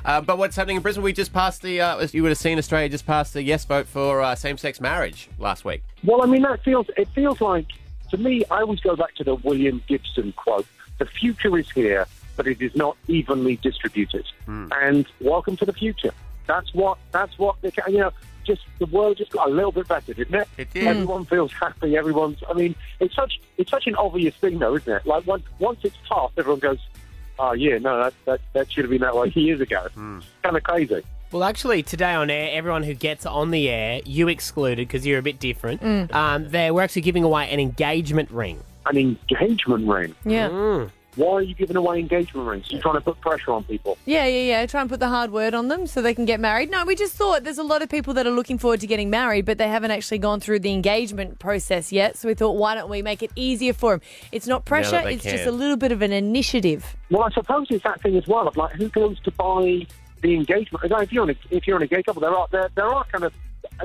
S2: Uh, but what's happening in Brisbane? We just passed the. Uh, you would have seen Australia just passed the yes vote for uh, same-sex marriage last week.
S19: Well, I mean, that feels it feels like to me. I always go back to the William Gibson quote: "The future is here, but it is not evenly distributed." And welcome to the future. That's what. That's what. The, you know, just the world just got a little bit better, didn't it? It
S2: did.
S19: Everyone feels happy. Everyone's. I mean, it's such. It's such an obvious thing, though, isn't it? Like once once it's passed, everyone goes, "Oh yeah, no, that that, that should have been that way years ago." Kind of crazy.
S1: Well, actually, today on air, everyone who gets on the air, you excluded because you're a bit different.
S19: Mm.
S1: Um, they we're actually giving away an engagement ring.
S19: An engagement ring.
S3: Yeah.
S19: Why are you giving away engagement rings? You're trying to put pressure on people.
S3: Yeah, yeah, yeah. Try and put the hard word on them so they can get married. No, we just thought there's a lot of people that are looking forward to getting married, but they haven't actually gone through the engagement process yet. So we thought, why don't we make it easier for them? It's not pressure,
S19: they
S3: it's just
S19: can.
S3: a little bit of an initiative.
S19: Well, I suppose it's that thing as well of like who goes to buy the engagement. No, if you're on a, if you're on a gay couple, there are there, there are kind of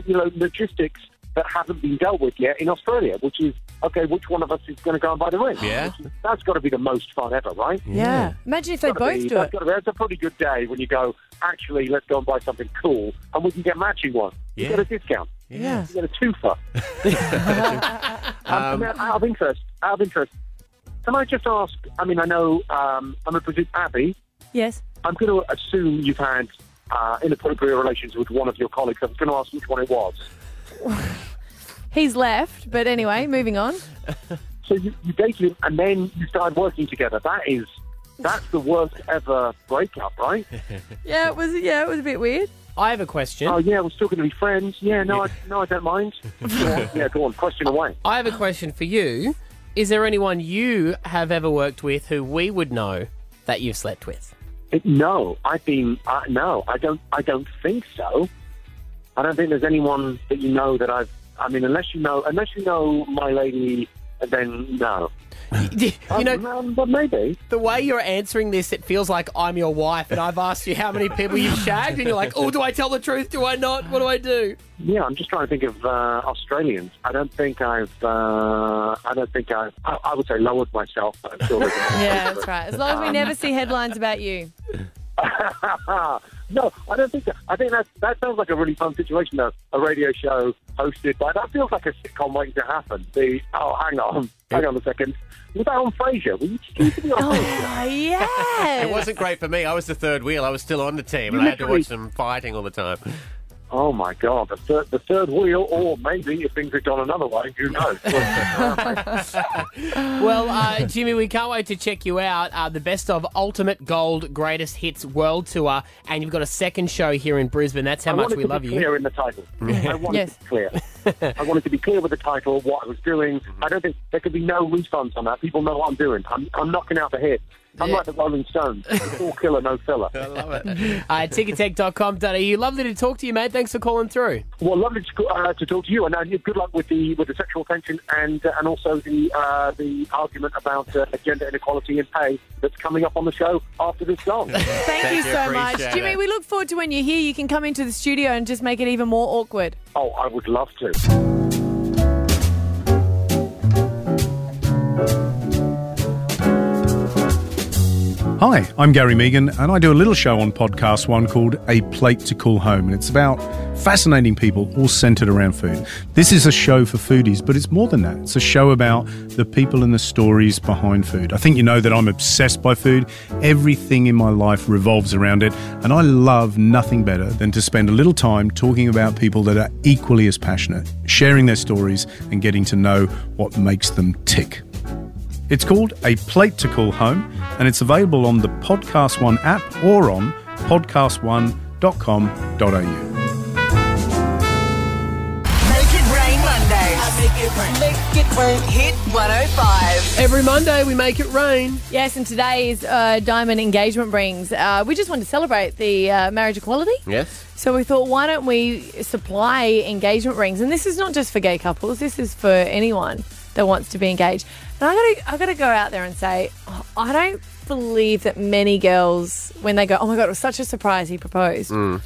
S19: you know logistics that haven't been dealt with yet in Australia, which is okay, which one of us is going to go and buy the ring?
S2: Yeah.
S19: That's got to be the most fun ever, right?
S3: Yeah. Imagine if they
S19: Gotta
S3: both
S19: be-
S3: do
S19: that's
S3: it.
S19: gotta be- that's a pretty good day when you go, actually, let's go and buy something cool, and we can get matching one.
S2: Yeah.
S19: You get a discount.
S3: Yeah.
S19: You get a twofer. um,
S2: Um,
S19: now, out of interest, out of interest, can I just ask, I mean, I know, um, I'm going to presume Abby,
S3: Yes.
S19: I'm going to assume you've had uh, inappropriate relations with one of your colleagues. I was going to ask which one it was.
S3: He's left, but anyway, moving on.
S19: So you, you dated him and then you started working together. That is, that's the worst ever breakup, right?
S3: Yeah, it was. Yeah, it was a bit weird.
S1: I have a question.
S19: Oh yeah, we're still going to be friends. Yeah, no, I, no, I don't mind. Go on. yeah, go on, question away.
S1: I have a question for you. Is there anyone you have ever worked with who we would know that you've slept with?
S19: It- No, I've been. Uh, no, I don't. I don't think so. I don't think there's anyone that you know that I've. I mean, unless you know, unless you know my lady, then no.
S1: you
S19: know, Um, but maybe
S1: the way you're answering this, it feels like I'm your wife, and I've asked you how many people you've shagged, and you're like, "Oh, do I tell the truth? Do I not? What do I do?"
S19: Yeah, I'm just trying to think of uh, Australians. I don't think I've. Uh, I don't think I've. I, I would say lowered myself. But I'm sure there's
S3: Yeah, that's right. As long
S19: Um,
S3: as we never see headlines about you.
S19: no, I don't think that. I think that that sounds like a really fun situation. Though a radio show hosted by that feels like a sitcom waiting to happen. The oh, hang on, hang on a second. Was that on Frasier? Were you
S1: Ah,
S3: Oh, yeah.
S2: It wasn't great for me. I was the third wheel. I was still on the team,
S19: You
S2: and I had to
S19: literally-
S2: watch them fighting all the time.
S19: Oh my God! The third, the third wheel, or maybe if things had gone another way, who knows?
S1: Well, uh, Jimmy, we can't wait to check you out. Uh, the best of Ultimate Gold Greatest Hits World Tour, and you've got a second show here in Brisbane. That's how
S19: I
S1: much
S19: wanted
S1: we
S19: to
S1: love
S19: be
S1: you.
S19: Clear in the title. I wanted to be clear. I wanted to be clear with the title, what I was doing. I don't think there could be no refunds on that. People know what I'm doing. I'm, I'm knocking out the hit. I'm like the Rolling Stones. It's all killer, no filler. I love it.
S1: uh, tickettech.com.au. Lovely to talk to you, mate. Thanks for calling through.
S19: Well, lovely to, uh, to talk to you, and uh, good luck with the with the sexual tension and uh, and also the uh, the argument about uh, gender inequality and pay that's coming up on the show after this song.
S3: Thank, you so much, Jimmy. We look forward to when you're here. You can come into the studio and just make it even more awkward.
S19: Oh, I would love to.
S10: Hi, I'm Gary Megan, and I do a little show on Podcast One called A Plate to Call Home, and it's about fascinating people all centered around food. This is a show for foodies, but it's more than that. It's a show about the people and the stories behind food. I think you know that I'm obsessed by food. Everything in my life revolves around it, and I love nothing better than to spend a little time talking about people that are equally as passionate, sharing their stories, and getting to know what makes them tick. It's called A Plate to Call Home, and it's available on the Podcast One app or on podcastone.com.au.
S4: Make it rain Mondays. I make it rain. Make it rain. Hit 105.
S1: Every Monday we make it rain.
S3: Yes, and today's uh, diamond engagement rings. Uh, we just wanted to celebrate the uh, marriage equality.
S2: Yes.
S3: So we thought, why don't we supply engagement rings? And this is not just for gay couples. This is for anyone that wants to be engaged. And I gotta, I gotta go out there and say, oh, I don't believe that many girls, when they go, oh my god, it was such a surprise he proposed. Oh,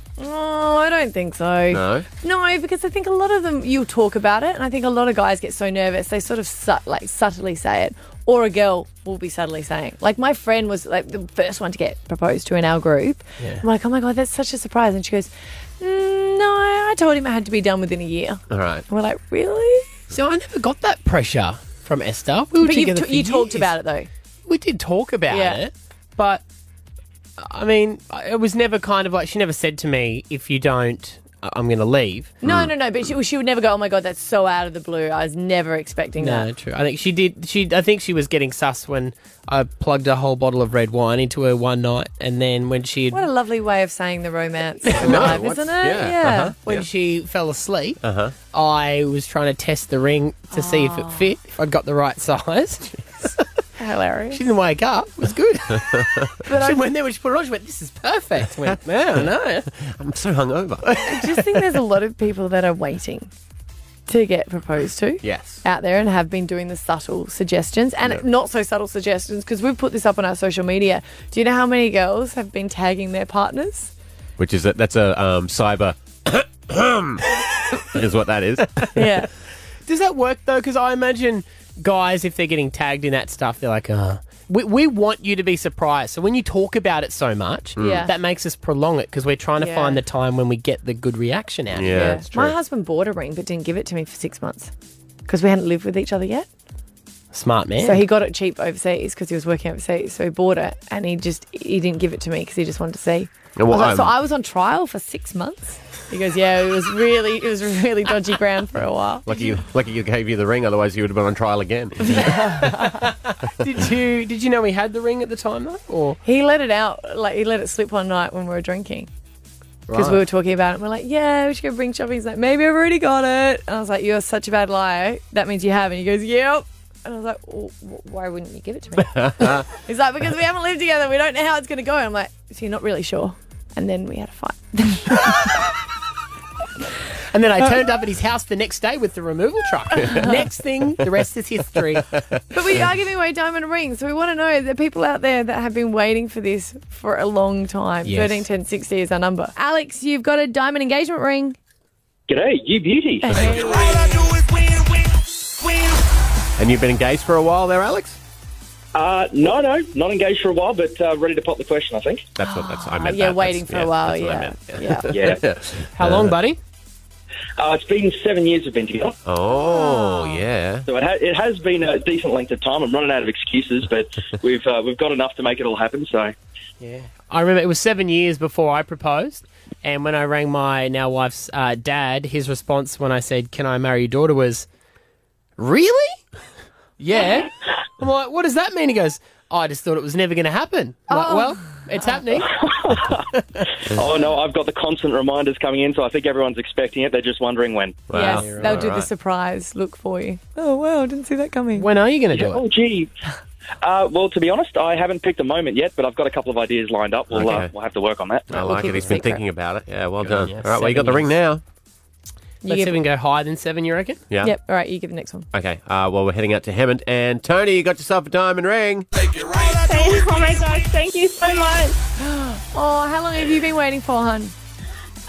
S3: I don't think so.
S4: No?
S3: No, because I think a lot of them, you'll talk about it, and I think a lot of guys get so nervous, they sort of sut- like subtly say it, or a girl will be subtly saying. Like, my friend was like the first one to get proposed to in our group.
S4: Yeah.
S3: I'm like, oh my God, that's such a surprise. And she goes, "Mm, no, I told him I had to be done within a year.
S1: All right.
S3: And we're like, really?
S1: So I never got that pressure from Esther. We were
S3: But you've
S1: together.
S3: t-
S1: for
S3: you talked
S1: years.
S3: about it, though.
S1: We did talk about it, but I mean, it was never kind of like she never said to me, "If you don't, I- I'm going to leave."
S3: No, no, no, but she, she would never go, oh my God, that's so out of the blue. I was never expecting
S1: No,
S3: that.
S1: true. I think she did. She, I think she was getting sus when I plugged a whole bottle of red wine into her one night, and then when she
S3: What a lovely way of saying the romance is alive,
S1: what's-
S3: isn't it?
S1: yeah,
S3: Yeah.
S1: uh-huh, When she fell asleep, uh-huh. I was trying to test the ring to see if it fit, if I'd got the right size.
S3: Hilarious.
S1: She didn't wake up. It was good. but she went there when she put it on. She went, "This is perfect." I went, "Man, I know."
S2: I'm so hungover.
S3: I just think there's a lot of people that are waiting to get proposed to.
S2: Yes.
S3: Out there and have been doing the subtle suggestions and not so subtle suggestions because we've put this up on our social media. Do you know how many girls have been tagging their partners?
S2: Which is a, that's a um, cyber is what that is.
S3: Yeah.
S1: Does that work though? Because I imagine guys, if they're getting tagged in that stuff, they're like, uh, we, we want you to be surprised. So when you talk about it so much,
S3: Mm. Yeah.
S1: that makes us prolong it because we're trying to
S3: Yeah.
S1: find the time when we get the good reaction out
S3: Yeah.
S1: of it.
S3: My husband bought a ring but didn't give it to me for six months because we hadn't lived with each other yet.
S1: Smart man.
S3: So he got it cheap overseas because he was working overseas. So he bought it and he just he didn't give it to me because he just wanted to see.
S1: And what
S3: I was like, so
S1: home?
S3: I was on trial for six months. He goes, yeah, it was really it was really dodgy ground for a while.
S2: Lucky you, lucky you gave you the ring, otherwise you would have been on trial again.
S1: did you did you know he had the ring at the time though? Or
S3: He let it out like he let it slip one night when we were drinking. Because
S1: Right.
S3: we were talking about it, and we're like, "Yeah, we should go ring shopping." He's like, "Maybe I've already got it." And I was like, "You're such a bad liar. That means you have." And he goes, "Yep." And I was like, well, wh- "Why wouldn't you give it to me?" He's like, "Because we haven't lived together. We don't know how it's going to go." And I'm like, "So you're not really sure?" And then we had a fight.
S1: And
S3: Uh,
S1: then I turned up at his house the next day with the removal truck. next thing, the rest is history.
S3: But we are giving away diamond rings, so we want to know the people out there that have been waiting for this for a long time.
S16: Yes.
S3: Thirteen ten sixty is our number. Alex, you've got a diamond engagement ring.
S2: G'day, you beauty. and you've been engaged for a while there, Alex?
S15: Uh, no, no, not engaged for a while, but uh, ready to pop the question, I think.
S2: That's what that's I
S3: meant Ah, yeah, that. waiting That's- for a yeah, while, that's what I yeah. meant. Yeah.
S1: How long, buddy?
S15: Uh, it's been seven years we've been together.
S2: Oh,
S3: Ah.
S2: yeah.
S15: So it, ha- it has been a decent length of time. I'm running out of excuses, but we've uh, we've got enough to make it all happen. So
S1: Yeah. I remember it was seven years before I proposed. And when I rang my now wife's uh, dad, his response when I said, Can I marry your daughter? was, Really? Yeah. I'm like, What does that mean? He goes, "Oh, I just thought it was never going to happen. I'm like,
S15: Oh.
S1: well, it's happening.
S15: oh no, I've got the constant reminders coming in, so I think everyone's expecting it. They're just wondering when.
S3: yes, they'll do the surprise look for you. Oh wow, didn't see that coming.
S1: When are you going
S15: Yeah, Oh, gee. Uh, well, to be honest, I haven't picked a moment yet, but I've got a couple of ideas lined up. We'll, uh,
S2: Okay.
S15: we'll have to work on that.
S2: I like it. He's been thinking about it. Yeah, well done.
S15: yeah.
S2: All right, well, you got
S15: Seven
S2: the ring now.
S1: Let's even go higher than seven, you reckon?
S2: Yeah.
S3: Yep. All right, you give the next one.
S2: Okay, uh, well, we're heading out to Hammond. And Tony, you got yourself a diamond ring.
S16: oh my gosh, thank you so much.
S3: Oh, how long have you been waiting for, hun?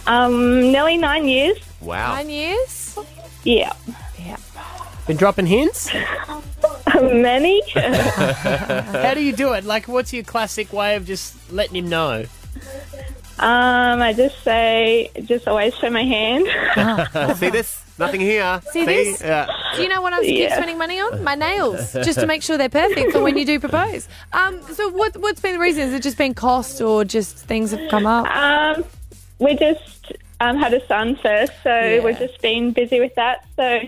S16: Um, nearly nine years.
S2: Wow.
S3: Nine years?
S16: Yeah.
S1: Been dropping hints?
S16: Many?
S1: How do you do it? Like, what's your classic way of just letting him know?
S16: Um, I just say, just always show my hand.
S2: Ah, See this? Nothing here.
S3: See this?
S2: Yeah.
S3: Do you know what I keep
S16: Yeah.
S3: spending money on? My nails, just to make sure they're perfect for when you do propose. Um, so what what's been the reason? Has it just been cost or just things have come up?
S16: Um, we just um, had a son first, so we've just been busy with that. So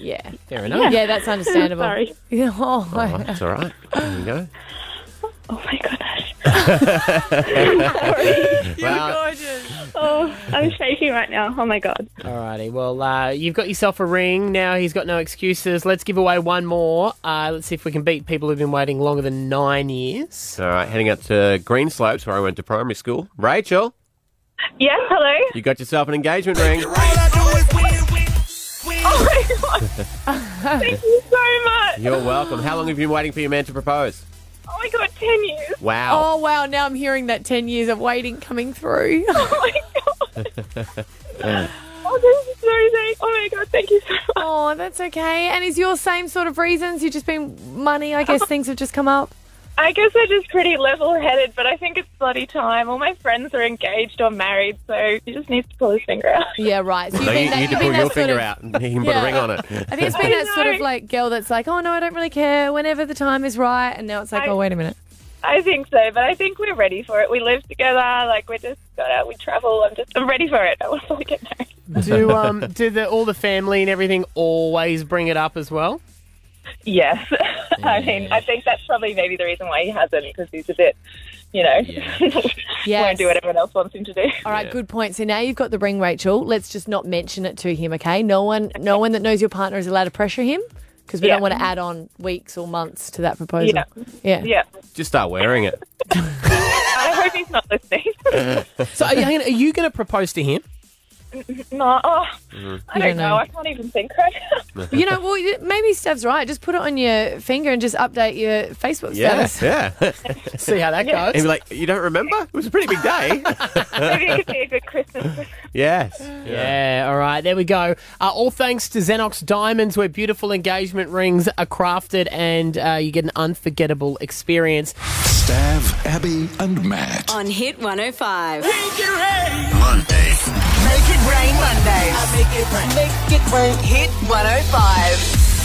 S3: yeah,
S1: Fair
S3: Yeah, that's understandable.
S16: Sorry.
S3: Yeah, oh,
S2: All right, that's all right. There you go.
S16: Oh
S1: Well,
S16: Oh, I'm shaking right now. Oh my god.
S1: Alrighty, well, uh, you've got yourself a ring. Now he's got no excuses. Let's give away one more. Uh, let's see if we can beat people who've been waiting longer than nine years.
S2: All right, heading out to Green Slopes, where I went to primary school. Rachel,
S16: Yes, hello.
S2: you got yourself an engagement ring.
S16: Oh my god. Thank you so much.
S2: You're welcome. How long have you been waiting for your man to propose?
S16: Oh my god, ten years.
S2: Wow.
S3: Oh wow, now I'm hearing that ten years of waiting coming through.
S16: Oh, this is so thank- Oh my god, thank you so much.
S3: Oh, that's okay. And is your same sort of reasons? You've just been money, I guess things have just come up.
S16: I guess I'm just pretty level-headed, but I think it's bloody time. All my friends are engaged or married, so he just needs to pull his finger out.
S3: Yeah, right. So
S2: no, you, you need to pull
S3: that
S2: your
S3: sort
S2: finger
S3: of-
S2: out and he can put
S3: Yeah.
S2: a ring on it.
S3: I think it's been that sort of like girl that's like, oh no, I don't really care whenever the time is right. And now it's like, oh, wait a minute.
S16: I think so, but I think we're ready for it. We live together, like we just got out, we travel. I'm just, I'm ready for it. I want to get married.
S1: do um do the all the family and everything always bring it up as well?
S16: Yes, I mean, I think that's probably maybe the reason why he hasn't, because he's a bit, you know, won't do what everyone else wants him to do.
S3: All right, good point. So now you've got the ring, Rachel. Let's just not mention it to him, okay? No one, no one that knows your partner is allowed to pressure him because we
S16: Yeah.
S3: don't want to add on weeks or months to that proposal.
S16: Yeah.
S3: yeah.
S16: Yeah,
S2: Just start wearing it.
S16: I hope he's not listening.
S1: So are you, are you going to propose to him?
S16: No, oh,
S2: Mhm.
S16: I
S3: You
S16: don't
S3: don't know.
S16: know. I can't even think right now.
S3: You know, well, you- maybe Stav's right. Just put it on your finger and just update your Facebook
S2: Yeah,
S3: status.
S2: yeah.
S3: See how that Yeah. goes.
S2: And be like, you don't remember? It was a pretty big day.
S16: Maybe it could be a good Christmas.
S2: yes.
S1: Yeah, all right, there we go. Uh, all thanks to Xenox Diamonds, where beautiful engagement rings are crafted and uh, you get an unforgettable experience.
S7: Stav, Abby, and Matt.
S4: On Hit 105. Make it rain Monday. Make it rain Mondays. I make it rain. Make it rain. Hit 105.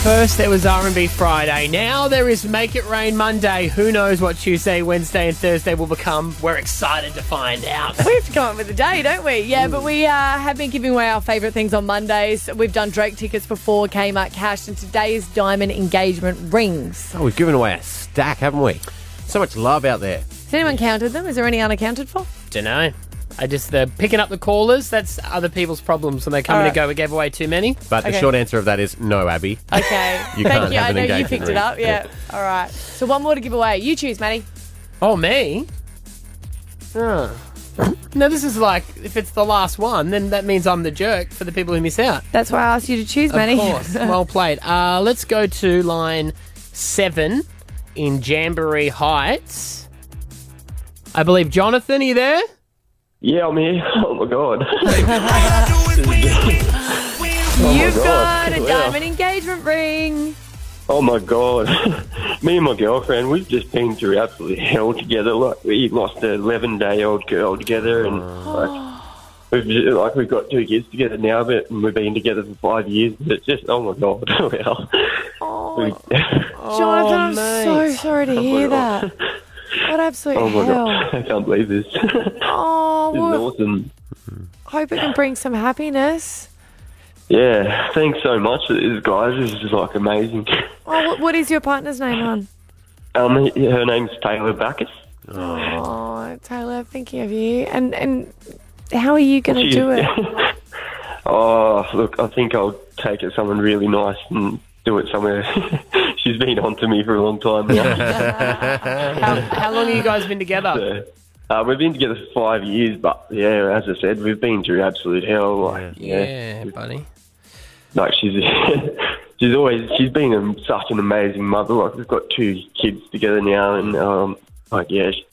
S1: First, there was R&B Friday. Now there is Make It Rain Monday. Who knows what Tuesday, Wednesday, and Thursday will become? We're excited to find out.
S3: We have to come up with a day, don't we? Yeah, but we uh, have been giving away our favourite things on Mondays. We've done Drake tickets before, Kmart cash, and today's diamond engagement rings.
S2: Oh, we've given away a stack, haven't we? So much love out there.
S3: Has anyone counted them? Is there any unaccounted for?
S1: Don't know. I just the picking up the callers. That's other people's problems when they come
S3: All
S1: in
S3: right.
S1: and go. We gave away too many.
S2: But the
S3: Okay.
S2: short answer of that is no, Abby.
S3: Okay.
S2: You
S3: Thank
S2: can't
S3: you.
S2: have
S3: I
S2: an
S3: know you
S2: engagement
S3: picked
S2: ring.
S3: it up. Yeah. All right. So one more to give away. You choose, Maddie.
S1: Oh me? Huh. No, this is like if it's the last one, then that means I'm the jerk for the people who miss out.
S3: That's why I asked you to choose, Maddie.
S1: Of course. well played. Uh, let's go to line seven in Jamboree Heights. I believe Jonathan, are you there?
S20: Yeah, I'm here. Oh my god.
S3: You've
S20: Oh God.
S3: got a
S20: Wow.
S3: diamond engagement ring.
S20: oh my god. Me and my girlfriend, we've just been through absolute hell together. Like we lost an 11 day old girl together, and like we've ju- like we've got two kids together now, but and we've been together for five years. But it's just oh my god. well, we-
S3: Jonathan, I'm so
S20: mate.
S3: sorry to
S20: Oh, my
S3: hear that.
S20: God.
S3: What absolute
S20: oh my
S3: hell.
S20: god, I can't believe this. this is
S3: Oh, well,
S20: awesome.
S3: hope it can bring some happiness.
S20: Yeah, thanks so much, guys. This is like amazing.
S3: Oh, what, what is your partner's name, hon?
S20: Um, her name's Taylor Backus.
S3: Oh, Taylor, thinking of you. And and how are you going to
S20: She-
S3: do it?
S20: Oh, look, I think I'll take it someone really nice and do it somewhere. She's been on to me for a long time
S1: How,
S20: now.
S1: how long have you guys been together?
S20: So, uh, we've been together for five years, but yeah, as I said, we've been through absolute hell. Like, yeah,
S1: buddy.
S20: like she's she's always she's been a, such an amazing mother. Like we've got two kids together now, and um, like yeah, she,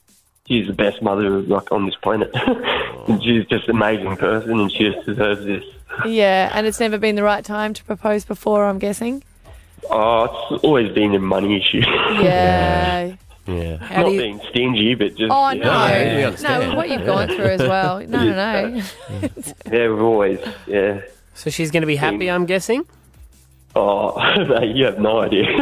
S20: she's the best mother like on this planet. and she's just an amazing person, and she just deserves this.
S3: yeah, and it's never been the right time to propose before, I'm guessing.
S20: Oh, it's always been a money issue.
S3: Yeah.
S2: Yeah.
S3: How
S20: Not
S3: do you-
S20: being stingy, but just
S3: Oh,
S20: yeah.
S3: no. No, what you've gone through as well. No, no, no.
S20: Yeah, we've always yeah.
S1: So she's going to be happy, I'm guessing.
S20: Oh, mate, you have no idea.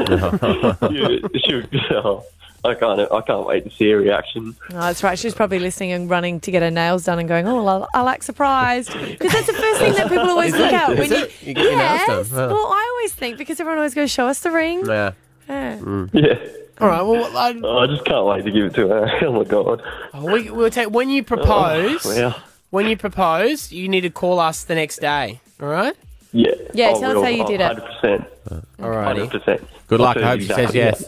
S20: You- she'll- oh, I can't. I can't wait to see her reaction.
S3: No, that's right. She's probably listening and running to get her nails done and going, oh, I, I like surprised. Because that's the first thing that people always
S2: Is
S3: look
S2: it?
S3: at.
S2: Is
S3: When you,
S2: it? You get your nails done,
S3: yes.
S2: huh?
S3: Well, I always think because everyone always goes, show us the ring.
S2: Yeah.
S3: Yeah.
S20: Yeah.
S1: All right. Well, I,
S20: Oh, I just can't wait to give it to her. Oh my god.
S1: we, we'll take when you propose.
S20: Oh, yeah.
S1: When you propose, you need to call us the next day. All right.
S20: Yeah. Oh,
S1: Yeah, tell us how you did it.
S20: Hundred percent.
S1: All righty.
S20: Hundred percent.
S2: Good luck. I hope she says yes.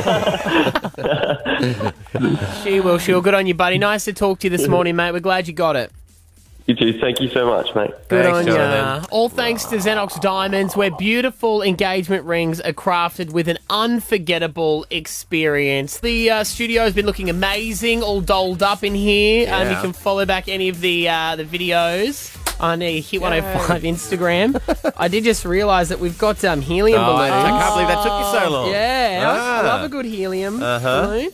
S1: She will. She will. Good on you, buddy. Nice to talk to you this morning, mate. We're glad you got it.
S20: You too. Thank you so much, mate.
S1: Good on ya. All thanks to Xenox Diamonds, where beautiful engagement rings are crafted with an unforgettable experience. The uh, studio has been looking amazing, all dolled up in here. Um, you
S2: Yeah.
S1: can follow back any of the uh, the videos on the Hit 105 Instagram. I did just realise that we've got um, helium
S2: Oh, I-
S1: balloons.
S2: I can't believe that took you so long.
S1: Yeah, I- I
S2: Ah.
S1: love a good helium
S2: Uh-huh.
S1: balloon.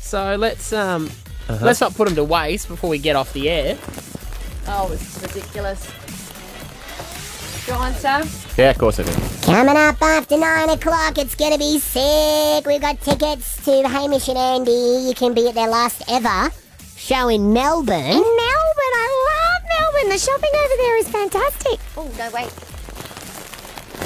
S1: So let's um, let's not put them to waste before we get off the air.
S3: Oh, this is ridiculous. Go on, Sam.
S2: Yeah, of course I do.
S21: Coming up after nine o'clock, it's gonna be sick. We've got tickets to Hamish and Andy. You can be at their last ever show in Melbourne. In Melbourne, I love Melbourne. The shopping over there is fantastic. Oh no, wait.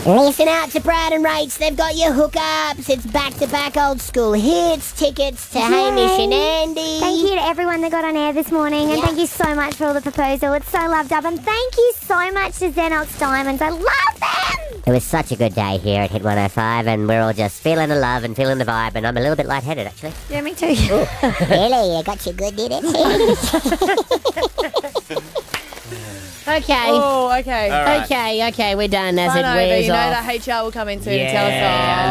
S21: Listen out to Brad and Rates. They've got your hookups. It's back to back old school hits. Tickets to Hamish and Andy.
S22: Thank you to everyone that got on air this morning, and thank you so much for all the proposal. It's so loved up, and thank you so much to Xenox Diamonds. I love them.
S21: It was such a good day here at Hit 105, and we're all just feeling the love and feeling the vibe, and I'm a little bit lightheaded actually.
S22: Yeah, me too. really, I got you good, did it?
S21: Okay.
S3: Oh, okay. All right.
S21: Okay, okay, we're done as
S3: I
S21: it
S3: know, but
S21: wears
S3: you know
S21: off.
S3: that HR will come in soon
S1: yeah,
S3: and tell us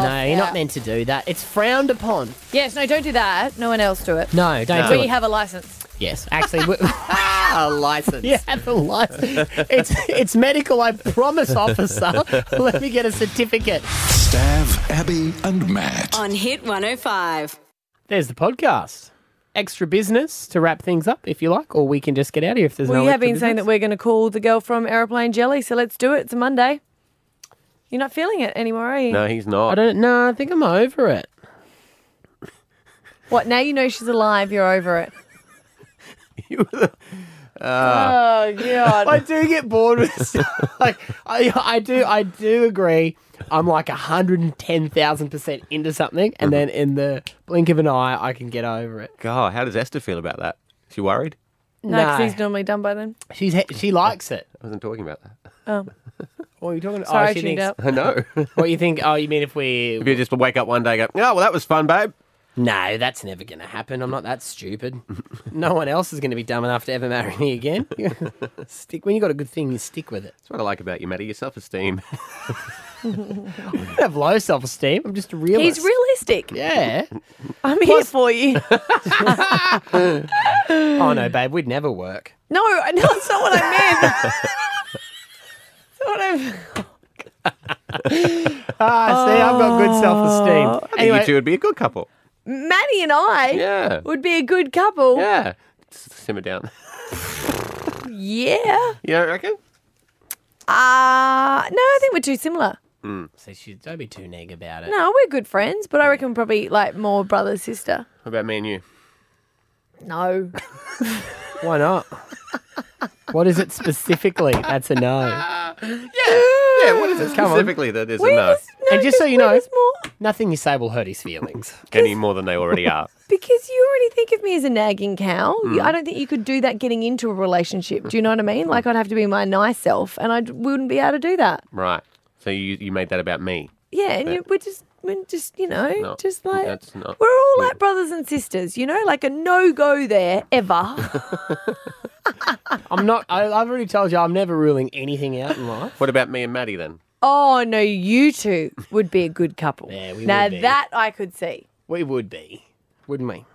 S3: off.
S1: no, you're not meant to do that. It's frowned upon.
S3: Yes, no, don't do that. No one else do it.
S1: No, don't do
S3: We
S1: it.
S3: have a license.
S1: Yes, actually, we- a license. Yeah, have a license. It's it's medical. I promise, officer. Let me get a certificate.
S7: Stav, Abby, and Matt.
S4: On Hit 105.
S1: There's the podcast. Extra business to wrap things up, if you like, or we can just get out of here if there's
S3: we
S1: no.
S3: have
S1: extra
S3: been saying that
S1: business.
S3: we're going to call the girl from Aeroplane Jelly, so let's do it. It's a Monday. You're not feeling it anymore, are you?
S2: No, he's not.
S1: I don't. No, I think I'm over it.
S3: What, now you know she's alive, you're over it.
S2: Ah.
S3: oh,
S1: Uh,
S3: God.
S1: I do get bored with stuff. like I, I do I do agree. I'm like hundred and ten thousand percent into something, and
S2: Mm-hmm.
S1: then in the blink of an eye, I can get over it.
S2: God, how does Esther feel about that? She worried?
S3: No, 'cause
S1: No.
S3: he's normally done by then.
S1: She's he- she likes it.
S2: I wasn't talking about that.
S3: Oh.
S1: What are you talking
S3: Sorry,
S1: oh,
S3: I
S1: she
S3: tuned
S1: thinks,
S3: out.
S2: I know.
S1: what you think? Oh, you mean if we?
S2: If you just wake up one day and go, oh, well, that was fun, babe.
S1: No, that's never going to happen. I'm not that stupid. no one else is going to be dumb enough to ever marry me again. stick when you got a good thing, you stick with it.
S2: That's what I like about you, Matty, your self esteem.
S1: I don't have low self esteem. I'm just a realist.
S3: He's realistic.
S1: Yeah.
S3: I'm here for you.
S1: oh no, babe, we'd never work.
S3: No, no, that's not what I meant. That's what I
S1: Ah, see, I've got good
S2: I
S1: self
S2: think
S1: esteem. Anyway,
S2: you two would be a good couple.
S3: Oh. Maddie and I
S2: Yeah.
S3: would be a good couple.
S2: Yeah. S- Simmer down.
S3: Yeah.
S2: You don't reckon?
S3: Uh, no, I think we're too similar.
S2: Mm.
S1: see, she, don't be too neg about it.
S3: No, we're good friends, but I reckon probably like more brother sister.
S2: What about me and you?
S3: No.
S1: Why not? what is it specifically? That's a no.
S2: Yeah, what is it
S1: Come on.
S2: specifically that is a no?
S1: and just so you know, nothing you say will hurt his feelings.
S2: Any more than they already are.
S3: Because you already think of me as a nagging cow.
S2: Hmm.
S3: You- I don't think you could do that getting into a relationship. Do you know what I mean? Like I'd have to be my nice self, and I d- wouldn't be able to do that.
S2: Right. So you, you made that about me.
S3: Yeah, and
S2: But-
S3: you, we're just, we're just, you know,
S2: No,
S3: just like
S2: that's not-
S3: we're all like brothers and sisters. You know, like a no go there ever.
S1: I'm not. I, I've already told you, I'm never ruling anything out in life.
S2: What about me and Maddie then?
S3: oh no, you two would be a good couple.
S1: Yeah, we
S3: now
S1: would be.
S3: that I could see.
S1: We would be, wouldn't we?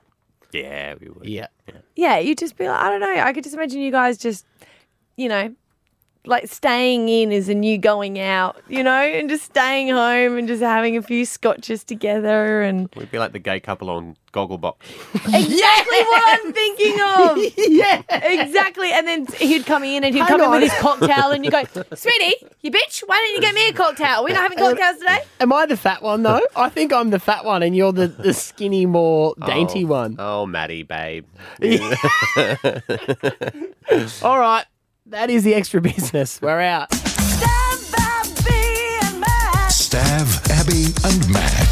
S2: Yeah, we would.
S1: Yeah.
S3: Yeah, you'd just be like, I don't know. I could just imagine you guys just, you know, like staying in is a new going out, you know, and just staying home and just having a few scotches together and
S2: We'd be like the gay couple on Gogglebox.
S3: exactly what I'm thinking of.
S1: yeah,
S3: exactly. And then he'd come in and he'd
S1: Hang
S3: come in
S1: on.
S3: with his cocktail, and you go, sweetie, you bitch, why don't you get me a cocktail? We're not having cocktails today.
S1: Am I the fat one though? I think I'm the fat one, and you're the, the skinny, more dainty
S2: Oh.
S1: one.
S2: Oh, Maddie, babe.
S1: All right, that is the extra business. We're out.
S7: Stav, Abby, and Matt.
S4: oh